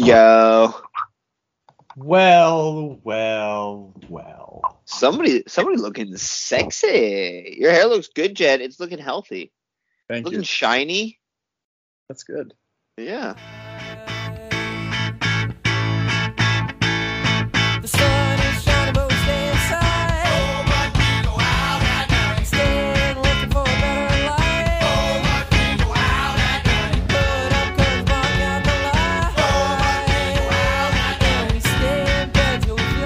Yo, Well, well, well. somebody, somebody looking sexy. Your hair looks good, Jed. It's looking healthy, Thank looking you. shiny. That's good. Yeah. The sun is shining, but we stay inside. Oh, but we go out at night. Staying, looking for a better life. Oh, but we go out at night. Put up curtains, block out the light. Oh, but we go out at night. We stay in bed till we feel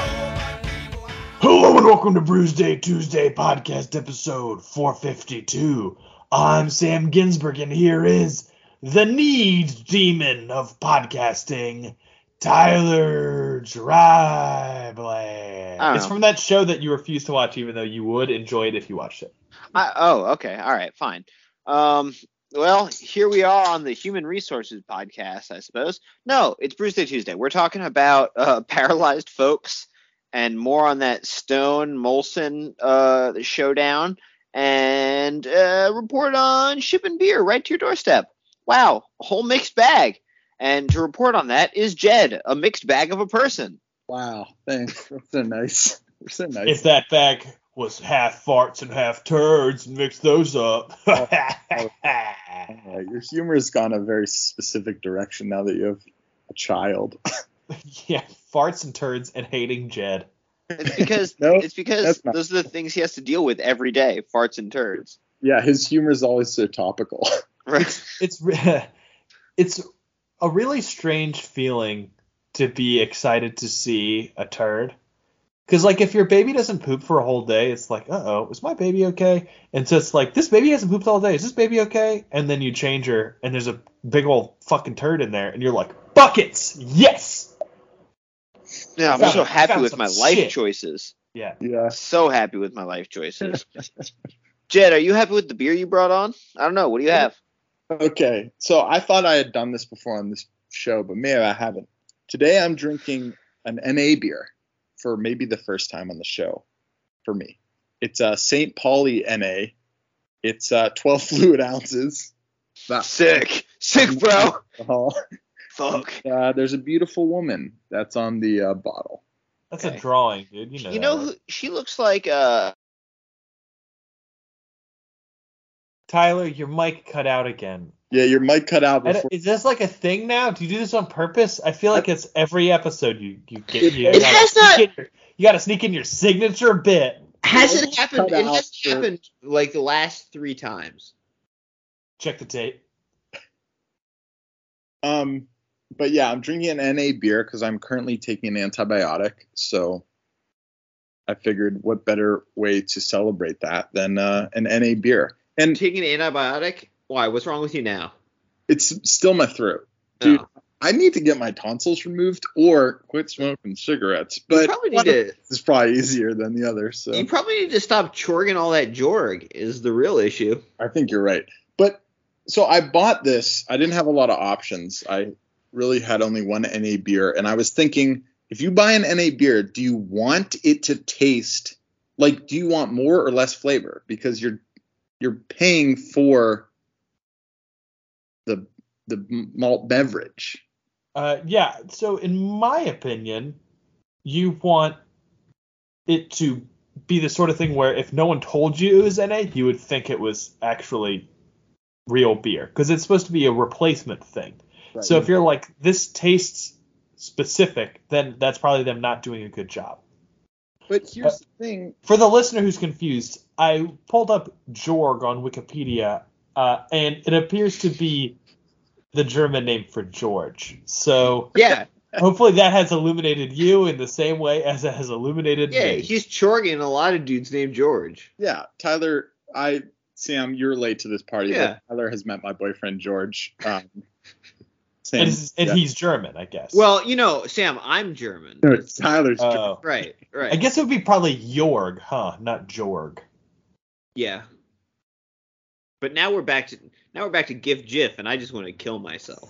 alright. Oh, but we go out. Hello and welcome to Bruise Day Tuesday podcast episode 452. I'm Sam Ginsberg, and here is the needs demon of podcasting, Tyler Oh. Drybland. It's from that show that you refuse to watch, even though you would enjoy it if you watched it. I, oh, okay. All right, fine. Um, well, here we are on the Human Resources podcast, I suppose. No, it's Bruce Day Tuesday. We're talking about uh, paralyzed folks and more on that Stone Molson uh, showdown and uh, report on shipping beer right to your doorstep. Wow, a whole mixed bag. And to report on that is Jed, a mixed bag of a person. Wow. Thanks. That's so nice. You're so If nice. that bag was half farts and half turds, mix those up. Oh, Uh, your humor has gone a very specific direction now that you have a child. yeah, farts and turds and hating Jed. It's because No, it's because that's not- those are the things he has to deal with every day, farts and turds. yeah, his humor is always so topical. Right. it's re- it's a really strange feeling to be excited to see a turd because like if your baby doesn't poop for a whole day it's like uh-oh is my baby okay and so it's like this baby hasn't pooped all day is this baby okay and then you change her and there's a big old fucking turd in there and you're like buckets yes Yeah, I'm Found- so happy found with some my life shit. choices. yeah yeah. So happy with my life choices. Jed, are you happy with the beer you brought on? I don't know. What do you have? Okay. So I thought I had done this before on this show, but maybe I haven't. Today I'm drinking an NA beer for maybe the first time on the show for me. It's uh, St. Pauli NA. It's uh, 12 fluid ounces. That's Sick. Sick, bro. alcohol. Fuck. Uh, there's a beautiful woman that's on the uh, bottle. that's Okay. a drawing dude you know You that, know right? who she looks like uh tyler your mic cut out again Yeah, your mic cut out I don't- before. is this like a thing now? Do you do this on purpose? I feel like it's every episode you you get you, It gotta, has sneak not- in your, you gotta sneak in your signature bit. hasn't happened. It Cut out hasn't for- happened like the last three times. Check the tape. Um, but yeah, I'm drinking an NA beer because I'm currently taking an antibiotic. So I figured, what better way to celebrate that than uh, an NA beer? And Taking an antibiotic? Why? What's wrong with you now? it's still my throat. No. Dude, I need to get my tonsils removed or quit smoking cigarettes. you But probably need one of- to it's probably easier than the other. So you probably need to stop chorging all that jorg is the real issue. I think you're right. But so I bought this. I didn't have a lot of options. I really had only one NA beer, and I was thinking, if you buy an NA beer, do you want it to taste like? Do you want more or less flavor? Because you're you're paying for the the malt beverage. Uh, yeah. So in my opinion, you want it to be the sort of thing where if no one told you it was NA, you would think it was actually real beer because it's supposed to be a replacement thing. So if you're like this tastes specific, then that's probably them not doing a good job. but here's the thing. for the listener who's confused, I pulled up Jorg on Wikipedia, uh, and it appears to be the German name for George. So Yeah. hopefully that has illuminated you in the same way as it has illuminated Yeah, me. he's chorging a lot of dudes named George. Yeah, Tyler, I Sam, you're late to this party. Yeah. but Tyler has met my boyfriend George. Um, Sam, And, it's- and yeah. he's German, I guess. Well, you know, Sam, I'm German. No, it's Tyler's George. Oh. Right, right. I guess it would be probably Jorg, huh? Not Jorg. Yeah. But now we're back to now we're back to GIF GIF, and I just want to kill myself.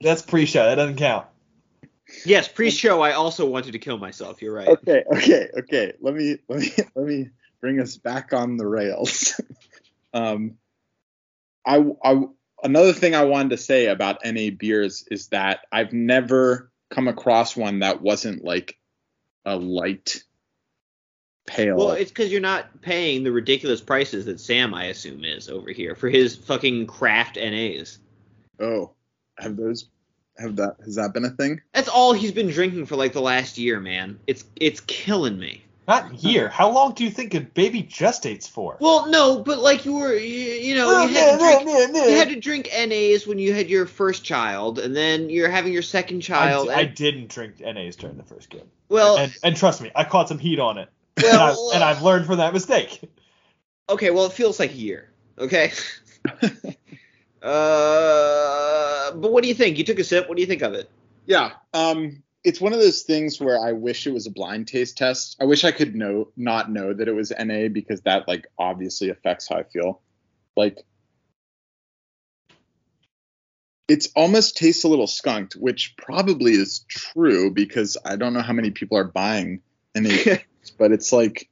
That's pre-show. That doesn't count. yes, pre-show I also wanted to kill myself. You're right. okay okay okay let me let me let me bring us back on the rails um i i another thing I wanted to say about NA beers is that I've never come across one that wasn't like a light pale. Well, it's because you're not paying the ridiculous prices that Sam, I assume, is over here for his fucking craft NAs. oh, have those have that has that been a thing? That's all he's been drinking for like the last year, man. It's it's killing me. Not here. How long do you think a baby gestates for? Well, no, but like you were, you, you know, you had, to drink, you had to drink NAs when you had your first child, and then you're having your second I, child. I and- didn't drink NAs during the first game. well, and, and trust me, I caught some heat on it. and, I've, well, and I've learned from that mistake. okay, well, it feels like a year. Okay. uh, but what do you think? You took a sip. What do you think of it? Yeah. Um, it's one of those things where I wish it was a blind taste test. I wish I could know not know that it was NA because that like obviously affects how I feel. Like it's almost tastes a little skunked, which probably is true because I don't know how many people are buying NA, but it's like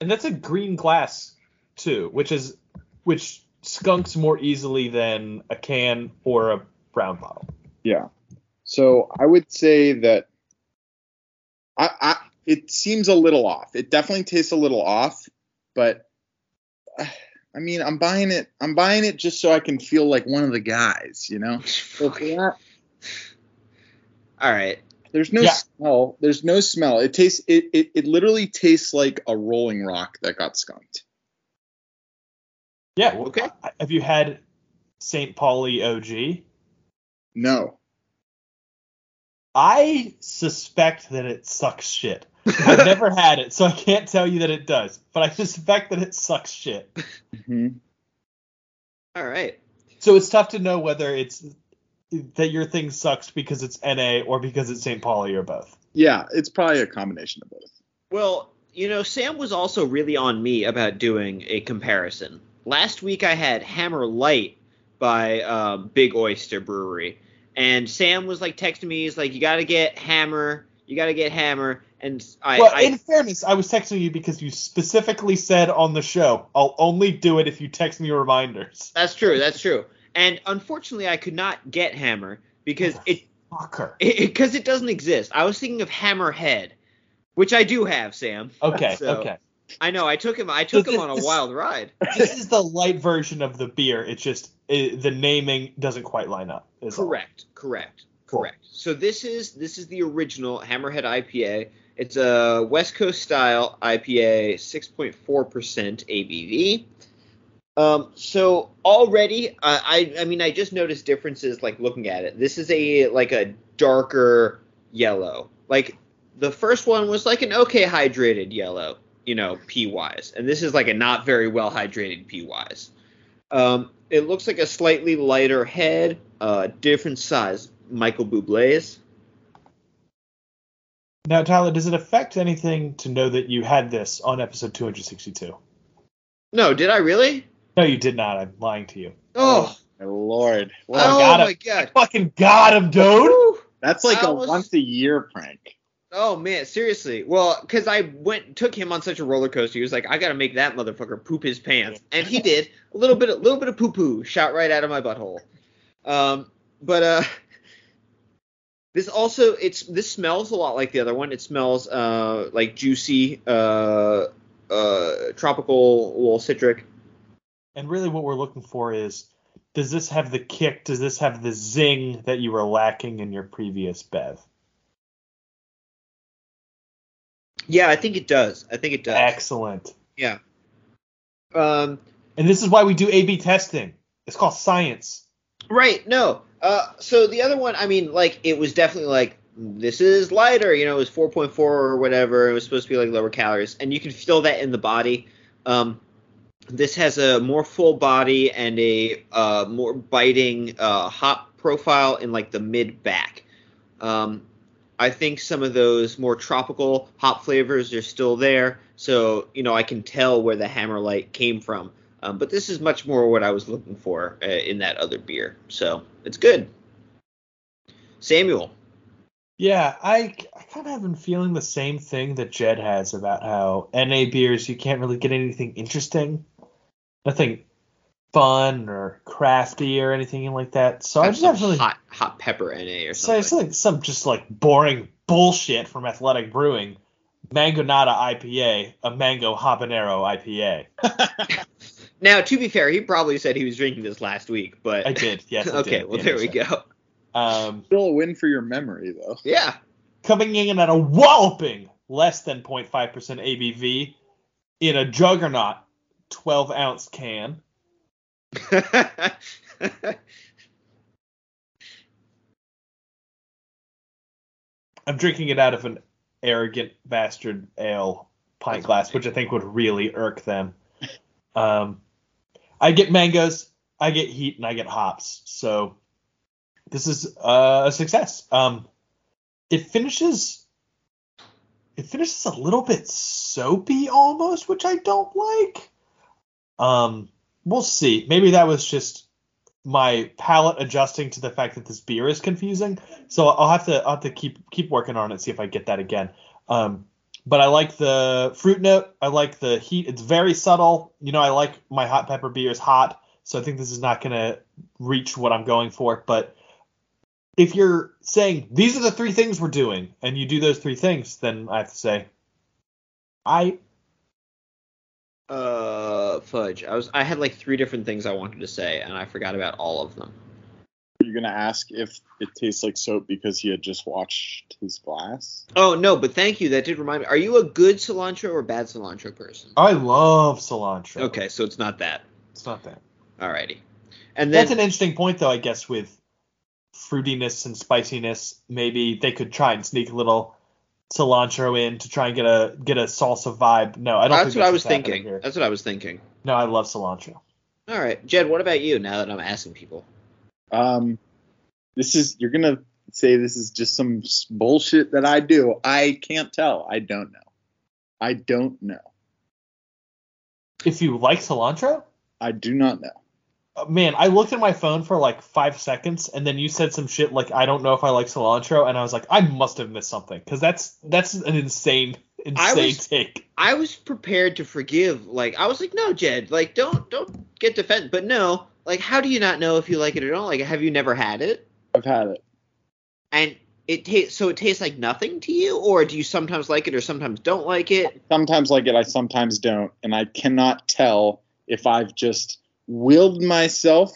And that's a green glass too, which is which skunks more easily than a can or a brown bottle. Yeah. So I would say that I, I it seems a little off. It definitely tastes a little off, but uh, I mean, I'm buying it. I'm buying it just so I can feel like one of the guys, you know. If that- All right. there's no Yeah. smell. There's no smell. It tastes. It, it it literally tastes like a rolling rock that got skunked. Yeah. Well, Okay. I- Have you had St. Pauli OG? No. I suspect that it sucks shit. I've never had it, so I can't tell you that it does. But I suspect that it sucks shit. Mhm. All right. So it's tough to know whether it's that your thing sucks because it's NA or because it's St. Pauli or both. Yeah, it's probably a combination of both. Well, you know, Sam was also really on me about doing a comparison. Last week I had Hammer Light by uh, Big Oyster Brewery, and Sam was like texting me, he's like, "You gotta get Hammer, you gotta get Hammer," and I, well, I in fairness, I was texting you because you specifically said on the show, I'll only do it if you text me reminders. that's true, that's true. And unfortunately, I could not get Hammer because it Fucker. because it, doesn't exist. I was thinking of Hammerhead, which I do have, Sam. Okay, So- okay. I know I took him, I took This- him on a this- wild ride. This is the light version of the beer. It's just it, the naming doesn't quite line up. is all. correct correct Cool. correct so this is this is the original hammerhead ipa it's a west coast style ipa 6.4% abv um, so already I i i mean i just noticed differences like looking at it this is a like a darker yellow like the first one was like an okay hydrated yellow you know p wise and this is like a not very well hydrated p wise um, it looks like a slightly lighter head, uh, different size. Michael Bublé's. Now, Tyler, does it affect anything to know that you had this on episode 262? No, did I really? No, you did not. I'm lying to you. Oh, My lord. oh, I got my it. god. Fucking got him, dude. Woo. That's like I a was- once a year prank. Oh man, seriously. Well, because I went took him on such a roller coaster. He was like, I gotta make that motherfucker poop his pants, and he did. A little bit, a little bit of poo poo shot right out of my butthole. Um, but uh, this also it's this smells a lot like the other one. It smells uh like juicy uh uh tropical little citric. And really, what we're looking for is does this have the kick? Does this have the zing that you were lacking in your previous Bev? Yeah, I think it does. I think it does. Excellent. Um, And this is why we do A B testing. It's called science. right. No. Uh, so the other one, I mean, like it was definitely like this is lighter. You know, it was 4.4 or whatever. It was supposed to be like lower calories, and you can feel that in the body. Um, this has a more full body and a uh, more biting uh, hop profile in like the mid back. Um, I think some of those more tropical hop flavors are still there, so you know I can tell where the hammer light came from. Um, but this is much more what I was looking for uh, in that other beer, so it's good. Samuel, Yeah, I, I kind of have been feeling the same thing that Jed has about how NA beers, you can't really get anything interesting. Nothing fun or crafty or anything like that. So I Have just have some something hot hot pepper NA or something. so it's like some just like boring bullshit from Athletic Brewing. Mango Nata IPA, a mango habanero IPA. now, to be fair, he probably said he was drinking this last week, but I did, yes. I okay, did. well Yeah, there we that's go. right. Um, Still a win for your memory, though. Yeah, coming in at a walloping less than 0.5% ABV in a juggernaut 12 ounce can. I'm drinking it out of an arrogant bastard ale pint glass, which I think would really irk them. Um, I get mangoes, I get heat, and I get hops. So this is uh, a success. Um, it finishes. It finishes a little bit soapy almost, which I don't like. Um, we'll see. Maybe that was just my palate adjusting to the fact that this beer is confusing. So I'll have to I'll have to keep keep working on it, see if I get that again. Um, but I like the fruit note. I like the heat. It's very subtle. You know, I like my hot pepper beers hot, so I think this is not gonna reach what I'm going for. But if you're saying these are the three things we're doing, and you do those three things, then I have to say, I uh, fudge. I was I had like three different things I wanted to say, and I forgot about all of them. You're gonna ask if it tastes like soap because he had just watched his glass. Oh no, but thank you. That did remind me. Are you a good cilantro or bad cilantro person? I love cilantro. Okay, so it's not that. it's not that. Alrighty. And then That's an interesting point, though. I guess with fruitiness and spiciness, maybe they could try and sneak a little cilantro in to try and get a get a salsa vibe. No, I don't. that's think what I was what's happening thinking. here. That's what I was thinking. No, I love cilantro. All right, Jed. What about you? Now that I'm asking people. Um, this is you're gonna say this is just some s- bullshit that I do. I can't tell. I don't know. I don't know. If you like cilantro, I do not know. Uh, man, I looked at my phone for like five seconds, and then you said some shit like I don't know if I like cilantro, and I was like, I must have missed something because that's that's an insane I insane was- take. I was prepared to forgive. Like I was like, no, Jed. Like don't don't get defense. But no, like how do you not know if you like it or don't like it? Have you never had it? I've had it. And it tastes so it tastes like nothing to you, or do you sometimes like it or sometimes don't like it? Sometimes like it. I sometimes don't, and I cannot tell if I've just willed myself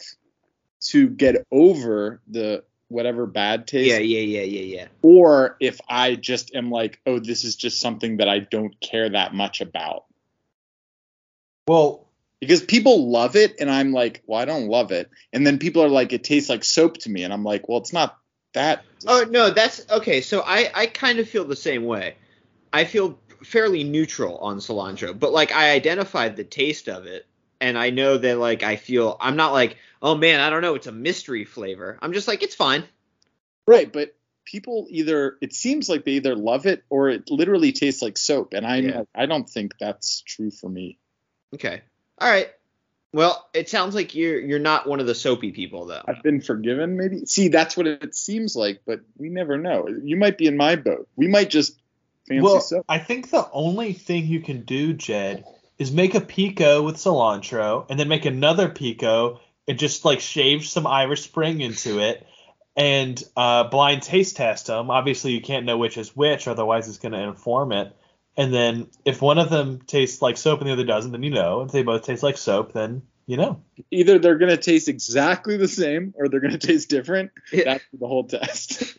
to get over the whatever bad taste Yeah, yeah, yeah, yeah, yeah. or if I just am like, oh, this is just something that I don't care that much about. Well, Because people love it, and I'm like, well, I don't love it. And then people are like, it tastes like soap to me, and I'm like, well, it's not that. Oh no, that's okay. So I I kind of feel the same way. I feel fairly neutral on cilantro, but like I identified the taste of it, and I know that like I feel I'm not like oh man I don't know it's a mystery flavor. I'm just like it's fine. Right, but people either it seems like they either love it or it literally tastes like soap, and I'm Yeah. like, I don't think that's true for me. Okay. All right. Well, it sounds like you're you're not one of the soapy people though. I've been forgiven, maybe. See, that's what it seems like, but we never know. You might be in my boat. We might just fancy well, soap. I think the only thing you can do, Jed, is make a pico with cilantro, and then make another pico and just like shave some Irish Spring into it, and uh, blind taste test them. Obviously, you can't know which is which, otherwise it's going to inform it. And then if one of them tastes like soap and the other doesn't, then you know. If they both taste like soap, then you know. Either they're gonna taste exactly the same, or they're gonna taste different. That's the whole test.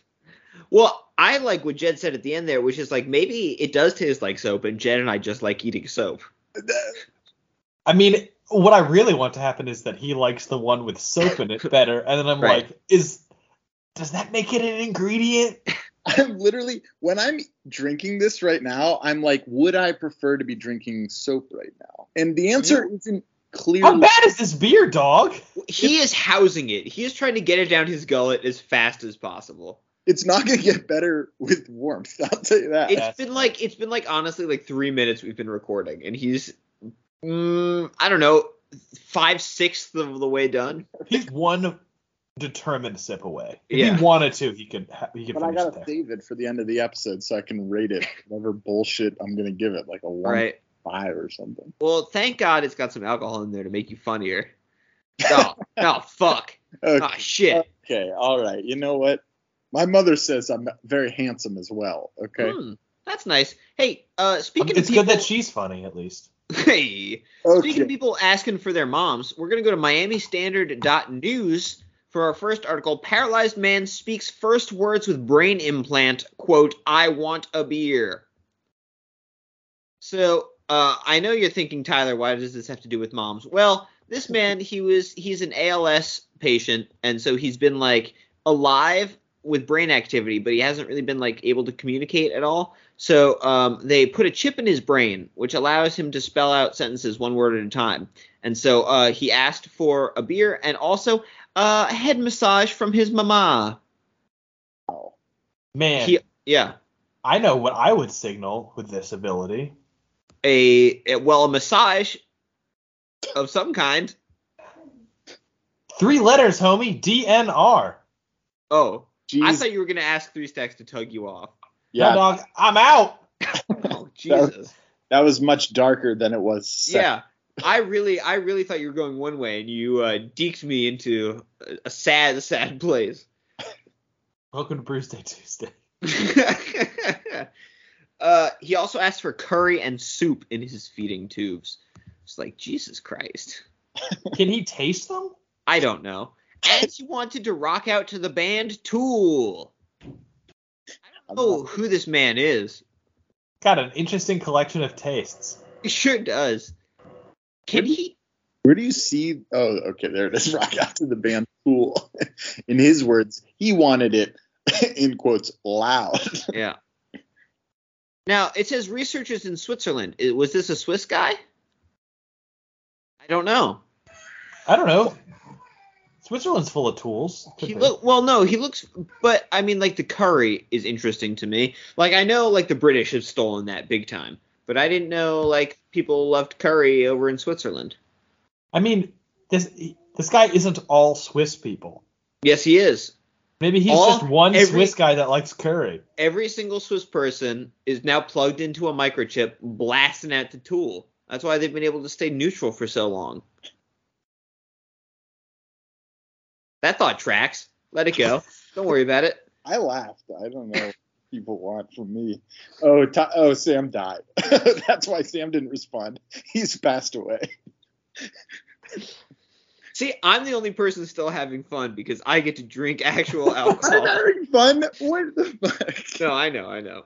Well, I like what Jed said at the end there, which is like maybe it does taste like soap, and Jed and I just like eating soap. I mean, what I really want to happen is that he likes the one with soap in it better, and then I'm Right. like, is does that make it an ingredient? I'm literally when I'm drinking this right now, I'm like, would I prefer to be drinking soap right now? And the answer isn't How clear. bad is this beer, dog? He is housing it. He is trying to get it down his gullet as fast as possible. It's not gonna get better with warmth. I'll tell you that. It's That's been like it's been like honestly like three minutes we've been recording, and he's mm, I don't know five sixths of the way done. He's one determined sip away. If Yeah. he wanted to, he could ha- he could but I finish it gotta there. Um, save it for the end of the episode so I can rate it whatever bullshit I'm gonna give it, like a one Right. five or something. Well, thank God it's got some alcohol in there to make you funnier. Oh, oh fuck. Okay. Oh shit. Okay, all right. You know what? My mother says I'm very handsome as well. Okay. Hmm, that's nice. Hey, uh, speaking it's of people, good that she's funny at least. hey, Speaking of Okay. people asking for their moms, we're going to go to miamistandard.news for our first article. Paralyzed man speaks first words with brain implant, quote, I want a beer. So, uh, I know you're thinking, Tyler, why does this have to do with moms? Well, this man, he was, he's an ALS patient, and so he's been like alive with brain activity, but he hasn't really been like able to communicate at all. So um, they put a chip in his brain, which allows him to spell out sentences one word at a time. And so uh, he asked for a beer and also uh, a head massage from his mama. Man, He, yeah, I know what I would signal with this ability. a, a- well, a massage of some kind. Three letters, homie. DNR. Oh, I Jeez, thought you were gonna ask Three Stacks to tug you off. Yeah, yeah, dog. I'm out. Oh Jesus. that was much darker than it was. sec- yeah, I really, I really thought you were going one way, and you uh, deked me into a, a sad, sad place. Welcome to Bruce Day Tuesday. uh, he also asked for curry and soup in his feeding tubes. It's like Jesus Christ. Can he taste them? I don't know. And he wanted to rock out to the band Tool. I don't know who this man is. Got an interesting collection of tastes. He sure does. Can he? Where do you see? Oh, okay, there it is. Rock out to the band pool. In his words, he wanted it in quotes loud. Yeah. Now it says researchers in Switzerland. I- Was this a Swiss guy? I don't know. I don't know. Switzerland's full of tools. Could He be. look well, no, he looks, but I mean, like the curry is interesting to me. Like I know, like the British have stolen that big time, but I didn't know like people loved curry over in Switzerland. I mean, this this guy isn't all Swiss people. Yes, he is. Maybe he's All- just one every- Swiss guy that likes curry. Every single Swiss person is now plugged into a microchip, blasting at the tool. That's why they've been able to stay neutral for so long. That thought tracks. Let it go. Don't worry about it. I laughed. I don't know what people want from me. Oh, Ti- oh, Sam died. That's why Sam didn't respond. He's passed away. See, I'm the only person still having fun because I get to drink actual alcohol. having fun. What the fuck? No, I know, I know.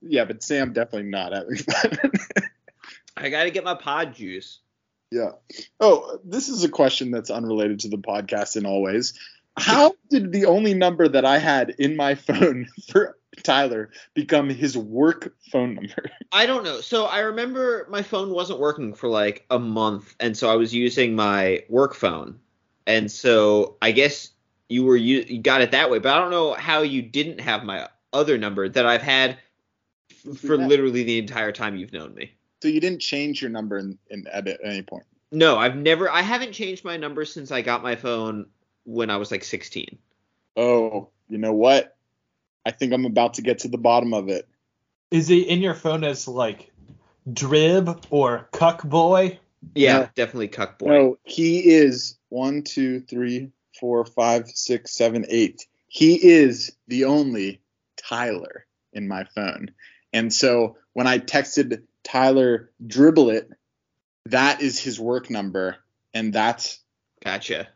Yeah, but Sam definitely not having fun. I gotta get my pod juice. yeah. Oh, this is a question that's unrelated to the podcast in all ways. How did the only number that I had in my phone for Tyler become his work phone number? I don't know. So I remember my phone wasn't working for like a month, and so I was using my work phone, and so I guess you were you, you got it that way. But I don't know how you didn't have my other number that I've had f- for literally the entire time you've known me. So you didn't change your number in, in at any point. No, I've never. I haven't changed my number since I got my phone when I was like 16. Oh, you know what? I think I'm about to get to the bottom of it. Is he in your phone as like drib or cuck boy? Yeah, No. definitely cuck boy. No, he is one, two, three, four, five, six, seven, eight. He is the only Tyler in my phone. And so when I texted Tyler dribble it, that is his work number. And that's Gotcha.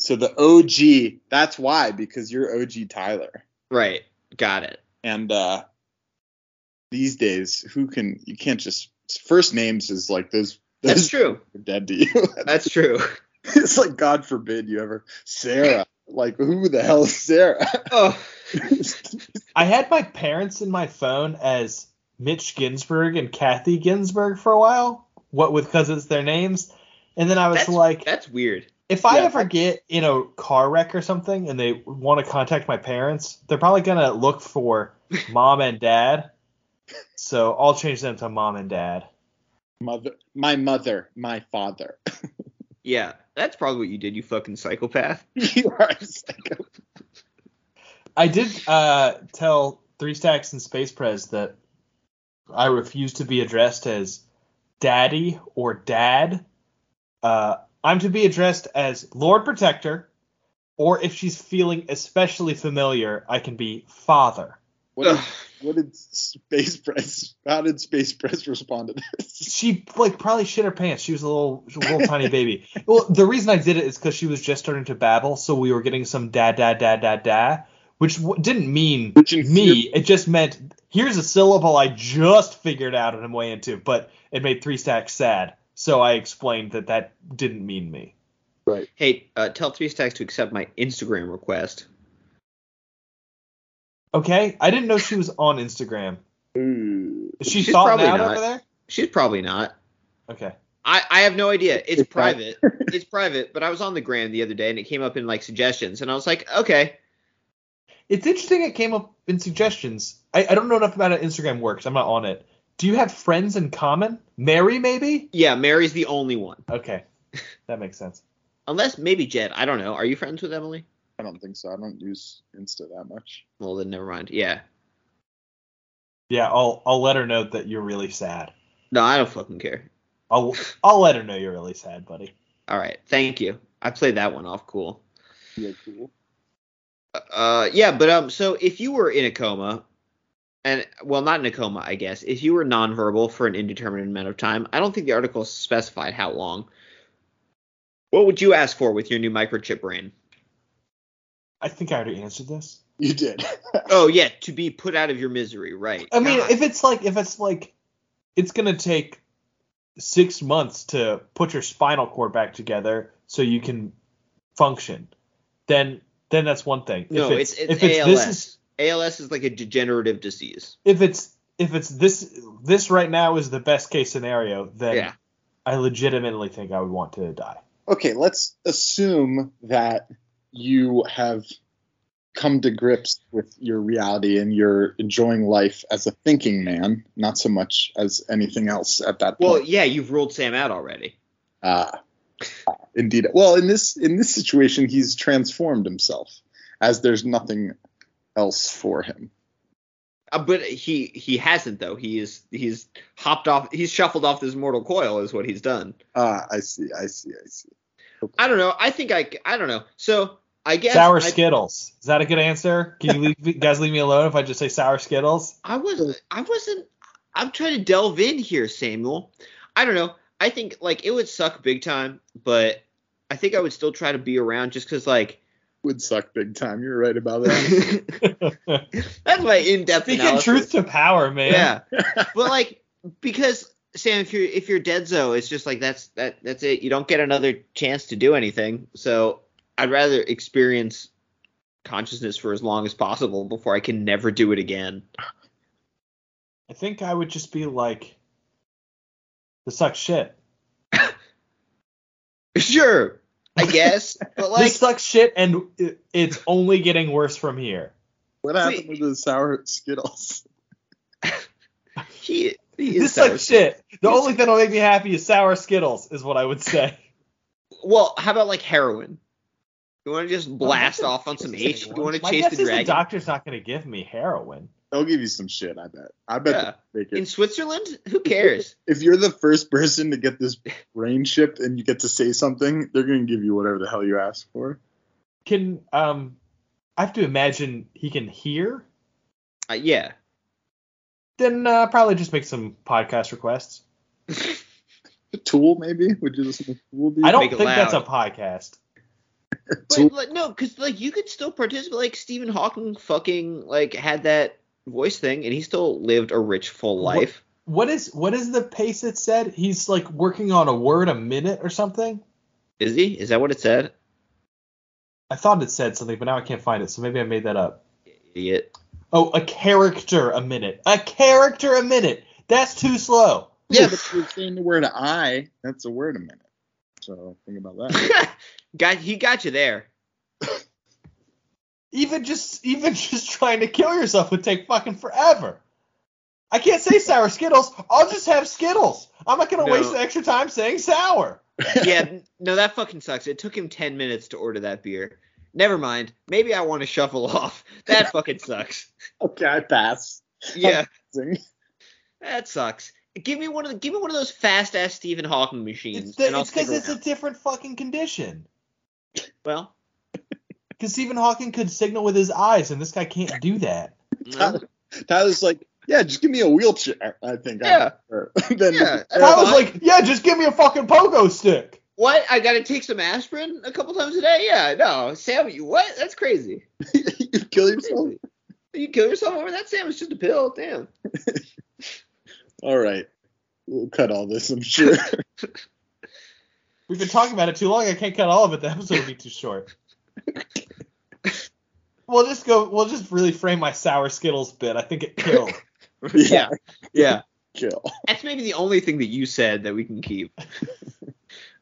so the OG, that's why, because you're OG Tyler. Right. Got it. And uh these days, who can you can't just first names is like those That's those true. are dead to you. That's true. it's like God forbid you ever Sarah. Like who the hell is Sarah? Oh, I had my parents in my phone as Mitch Ginsburg and Kathy Ginsburg for a while. What with because it's their names. And then I was that's, like, that's weird. if I yeah. ever get in a car wreck or something and they want to contact my parents, they're probably gonna look for mom and dad. So I'll change them to mom and dad. mother, my mother, my father. Yeah, that's probably what you did, you fucking psychopath. you are a psycho. I did uh, tell Three Stacks and Space Prez that I refuse to be addressed as daddy or dad. Uh, I'm to be addressed as Lord Protector, or if she's feeling especially familiar, I can be Father. What did, what did Space Press? How did Space Press respond to this? She like probably shit her pants. She was a little, she was a little tiny baby. Well, the reason I did it is because she was just starting to babble, so we were getting some da da da da da, which w- didn't mean Which in me. It just meant here's a syllable I just figured out and I'm way into, but it made three stacks sad. So I explained that that didn't mean me. Right. Hey, uh, tell Three Stacks to accept my Instagram request. Okay, I didn't know she was on Instagram. Ooh. Is she She's thought probably out not. over there? She's probably not. Okay. I, I have no idea. It's It's not. private. it's private. But I was on the gram the other day and it came up in like suggestions, and I was like, okay, It's interesting it came up in suggestions. I, I don't know enough about how Instagram works. I'm not on it. Do you have friends in common? Mary, maybe? yeah, Mary's the only one, Okay. That makes sense. unless maybe Jed. I don't know. Are you friends with Emily? I don't think so. I don't use Insta that much. Well, then never mind. Yeah. Yeah, I'll I'll let her know that you're really sad. No, I don't fucking care. I'll I'll let her know you're really sad, buddy. All right. Thank you. I played that one off cool. Yeah, cool. Uh, yeah, but um, so if you were in a coma, and well, not in a coma, I guess, if you were nonverbal for an indeterminate amount of time, I don't think the article specified how long. What would you ask for with your new microchip brain? I think I already answered this. You did. Oh yeah, to be put out of your misery, right? I mean, God. if it's like if it's like it's gonna take six months to put your spinal cord back together so you can function, then then that's one thing. no, if it's, it's, if it's ALS. this is ALS is like a degenerative disease. if it's if it's this this right now is the best case scenario, then Yeah. I legitimately think I would want to die. okay, let's assume that you have come to grips with your reality and you're enjoying life as a thinking man, not so much as anything else at that Well, point. yeah, you've ruled Sam out already. Ah, indeed. Well, in this in this situation, he's transformed himself as there's nothing else for him. Uh, but he he hasn't though. He is he's hopped off. He's shuffled off this mortal coil is what he's done. Ah, I see, I see, I see. I don't know. I think I I don't know. So I guess sour I, Skittles. Is that a good answer? Can you leave, you guys leave me alone if I just say sour Skittles? I wasn't I wasn't I'm trying to delve in here, Samuel. I don't know. I think like it would suck big time, but I think I would still try to be around just because like Would suck big time. You're right about that. that's my in-depth Speaking analysis. truth to power, man. Yeah, but like because Sam, if you're if you're dead, so it's just like that's that that's it. You don't get another chance to do anything. So I'd rather experience consciousness for as long as possible before I can never do it again. I think I would just be like, this sucks shit. Sure, I guess, but like this sucks shit, and it, it's only getting worse from here. what happened with the sour Skittles? he, he is This sour. sucks shit. The only thing that'll make me happy is sour Skittles, is what I would say. Well, how about like heroin? You want to Oh, just blast off on some H? You want to My chase guess the is dragon? The doctor's not going to give me heroin. They'll give you some shit. I bet. I bet. Yeah. They make it. In Switzerland? Who cares? if you're the first person to get this brain shipped and you get to say something, they're gonna give you whatever the hell you ask for. Can um, I have to imagine he can hear? Uh, yeah. Then uh, probably just make some podcast requests. The tool, maybe? Would you listen to Tool? do you I don't Make it think that's a loud. podcast. think? Tool- But like, no, because like you could still participate. Like Stephen Hawking fucking like had that voice thing, and he still lived a rich full What- life. What is what is the pace it said? He's like working on a word a minute or something. Is he? Is that what it said? I thought it said something, but now I can't find it, so maybe I made that up. Idiot. Oh, a character a minute. A character a minute. That's too slow. yeah, but you're saying the word I. That's a word a minute. So think about that. got he got you there. Even just even just trying to kill yourself would take fucking forever. I can't say sour Skittles. I'll just have Skittles. I'm not gonna No. waste the extra time saying sour. yeah, n- no, that fucking sucks. It took him ten minutes to order that beer. Never mind. Maybe I want to shuffle off. That fucking sucks. okay, I pass. Yeah, Zing. that sucks. Give me one of the, give me one of those fast ass Stephen Hawking machines. It's the- and I'll it's because stick it's a around. different fucking condition. well. Because Stephen Hawking could signal with his eyes, and this guy can't do that. no. Tyler's like, yeah, just give me a wheelchair. I think. Yeah. I'm then Yeah. And I was Why? like, yeah, just give me a fucking pogo stick. What? I gotta take some aspirin a couple times a day? Yeah, no. Sam, you what? That's crazy. you kill yourself. Crazy. You kill yourself over that, Sam? It's just a pill. Damn. All right, we'll cut all this. I'm sure. We've been talking about it too long. I can't cut all of it. The episode would be too short. we'll just go. We'll just really frame my sour Skittles bit. I think it killed. Yeah. Yeah. kill. That's maybe the only thing that you said that we can keep.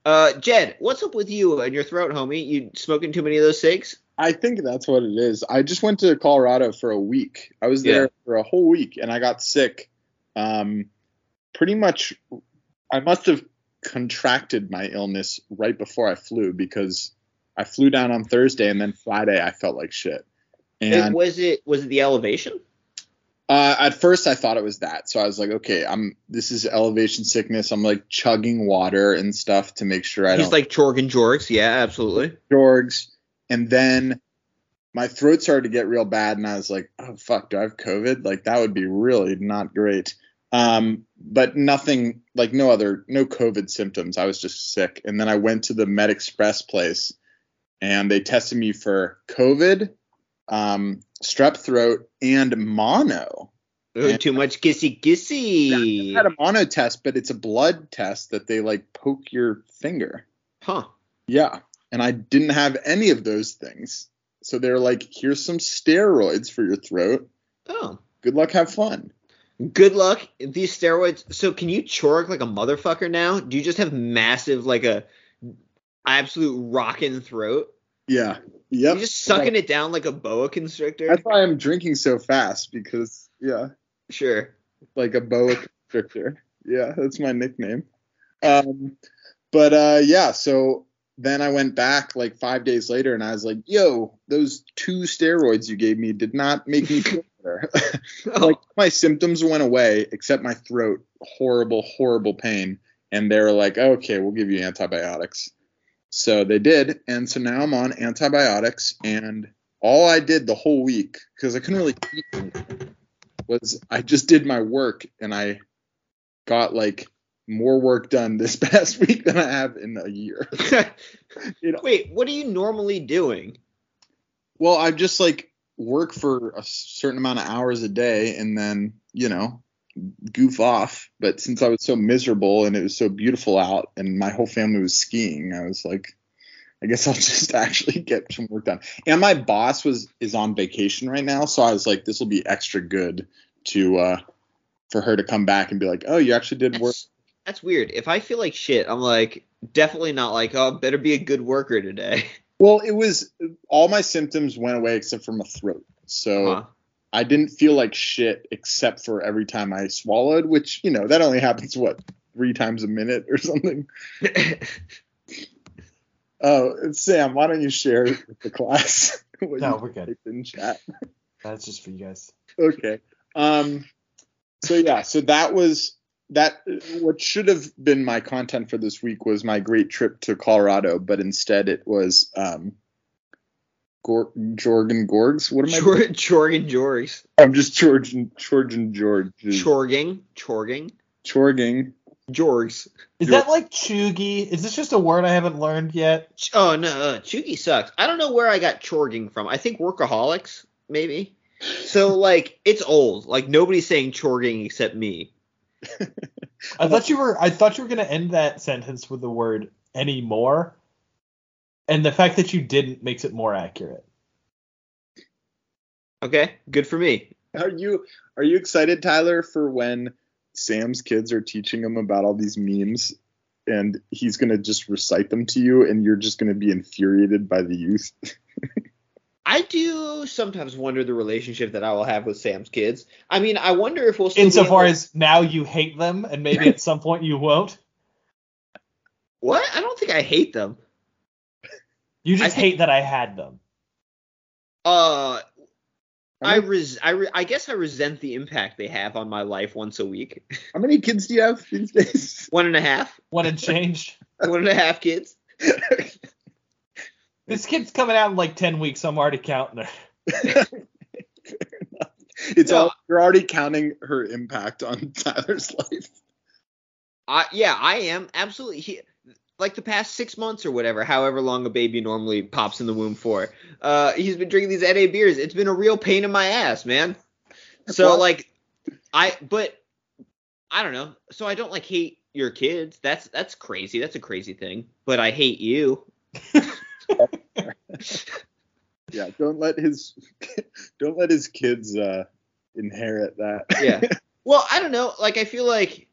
Uh, Jed, what's up with you and your throat, homie? You smoking too many of those cigs? I think that's what it is. I just went to Colorado for a week. I was there Yeah. for a whole week and I got sick. Um, pretty much, I must have contracted my illness right before I flew because I flew down on Thursday and then Friday I felt like shit. It, And was it was it the elevation? uh, at first I thought it was that, so I was like, okay, I'm this is elevation sickness. I'm like chugging water and stuff to make sure I He's don't like Chork and Jorks. Yeah, absolutely. Jorgs, and then my throat started to get real bad, and I was like, "Oh fuck, do I have COVID? Like that would be really not great." Um, but nothing, like no other, no COVID symptoms. I was just sick, and then I went to the Med Express place, and they tested me for COVID, um, strep throat, and mono. Ooh, Yeah. Too much kissy kissy. I had a mono test, but it's a blood test that they like poke your finger. huh. Yeah. And I didn't have any of those things. So they're like, here's some steroids for your throat. Oh. Good luck, have fun. Good luck. These steroids. So can you chork like a motherfucker now? Do you just have massive like a absolute rockin' throat? Yeah. You Yep. just sucking it down like a boa constrictor? That's why I'm drinking so fast because, yeah, sure. like a boa constrictor. Yeah, that's my nickname. Um, but uh, yeah, so then I went back like five days later and I was like, yo, those two steroids you gave me did not make me feel better. like my symptoms went away except my throat horrible horrible pain and they were like okay we'll give you antibiotics so they did and so now i'm on antibiotics and all i did the whole week because i couldn't really eat anything, was i just did my work and i got like more work done this past week than i have in a year You know. Oh, Wait, what are you normally doing? well i just like work for a certain amount of hours a day and then you know goof off but since i was so miserable and it was so beautiful out and my whole family was skiing i was like i guess i'll just actually get some work done and my boss was is on vacation right now so i was like this will be extra good to uh for her to come back and be like oh you actually did work That's, that's weird. If I feel like shit, I'm like definitely not like, oh, better be a good worker today. well it was all my symptoms went away except for my throat Oh. so Huh. I didn't feel like shit except for every time I swallowed, which you know that only happens what three times a minute or something. Oh, Sam, why don't you share with the class what No, you we're good. typed in chat? That's just for you guys. Okay. Um. So yeah, so that was that. What should have been my content for this week was my great trip to Colorado, but instead it was um. Gor- Jorgen Gorgs. What am I? Chor- Chorging Jorgs. I'm just George and George and George. Hmm. Chorging. Chorging. Chorging. Jorgs. Is You're- that like chuggy? Is this just a word I haven't learned yet? Ch- Oh no, uh, Chugi sucks. I don't know where I got chorging from. I think workaholics, maybe. So like it's old. Like nobody's saying chorging except me. I thought you were. I thought you were gonna end that sentence with the word anymore, and the fact that you didn't makes it more accurate. Okay, good for me. Are you are you excited, Tyler, for when Sam's kids are teaching him about all these memes and he's gonna just recite them to you and you're just gonna be infuriated by the youth? I do sometimes wonder the relationship that I will have with Sam's kids. I mean, I wonder if we'll. still be Insofar able- as now you hate them, and maybe at some point you won't. what? I don't think I hate them. You I just think- hate that I had them. Uh, I res- I, re- I guess I resent the impact they have on my life once a week. How many kids do you have these days? One and a half, What had changed? one and a half kids. This kid's coming out in like ten weeks. I'm already counting her. It's No. all you're already counting her impact on Tyler's life. I yeah, I am absolutely he, like the past six months or whatever, however long a baby normally pops in the womb for. Uh, he's been drinking these NA beers. It's been a real pain in my ass, man. So Well- like, I but I don't know. So I don't like hate your kids. That's that's crazy. That's a crazy thing. But I hate you. Yeah, don't let his don't let his kids uh inherit that. Yeah. Well, I don't know. Like I feel like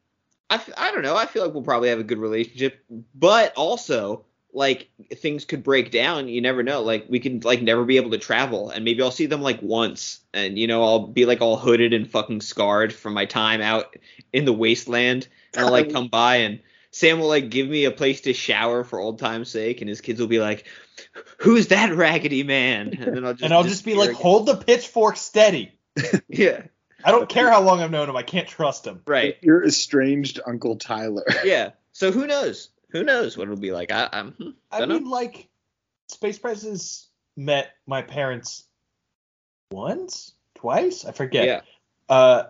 I f- I don't know. I feel like we'll probably have a good relationship, but also like things could break down. You never know. Like we can like never be able to travel, and maybe I'll see them like once, and you know I'll be like all hooded and fucking scarred from my time out in the wasteland, and I'll like come by and. Sam will like give me a place to shower for old time's sake, and his kids will be like, "Who's that raggedy man?" And then I'll just And I'll just be like, disappear hold the pitchfork steady. again. I don't care how long I've known him. I can't trust him. "Yeah, right." Your estranged Uncle Tyler. yeah. So who knows? Who knows what it'll be like? I, I'm. hmm, I Dunno. mean, like, Space Princess met my parents once, twice, I forget. Yeah. Uh,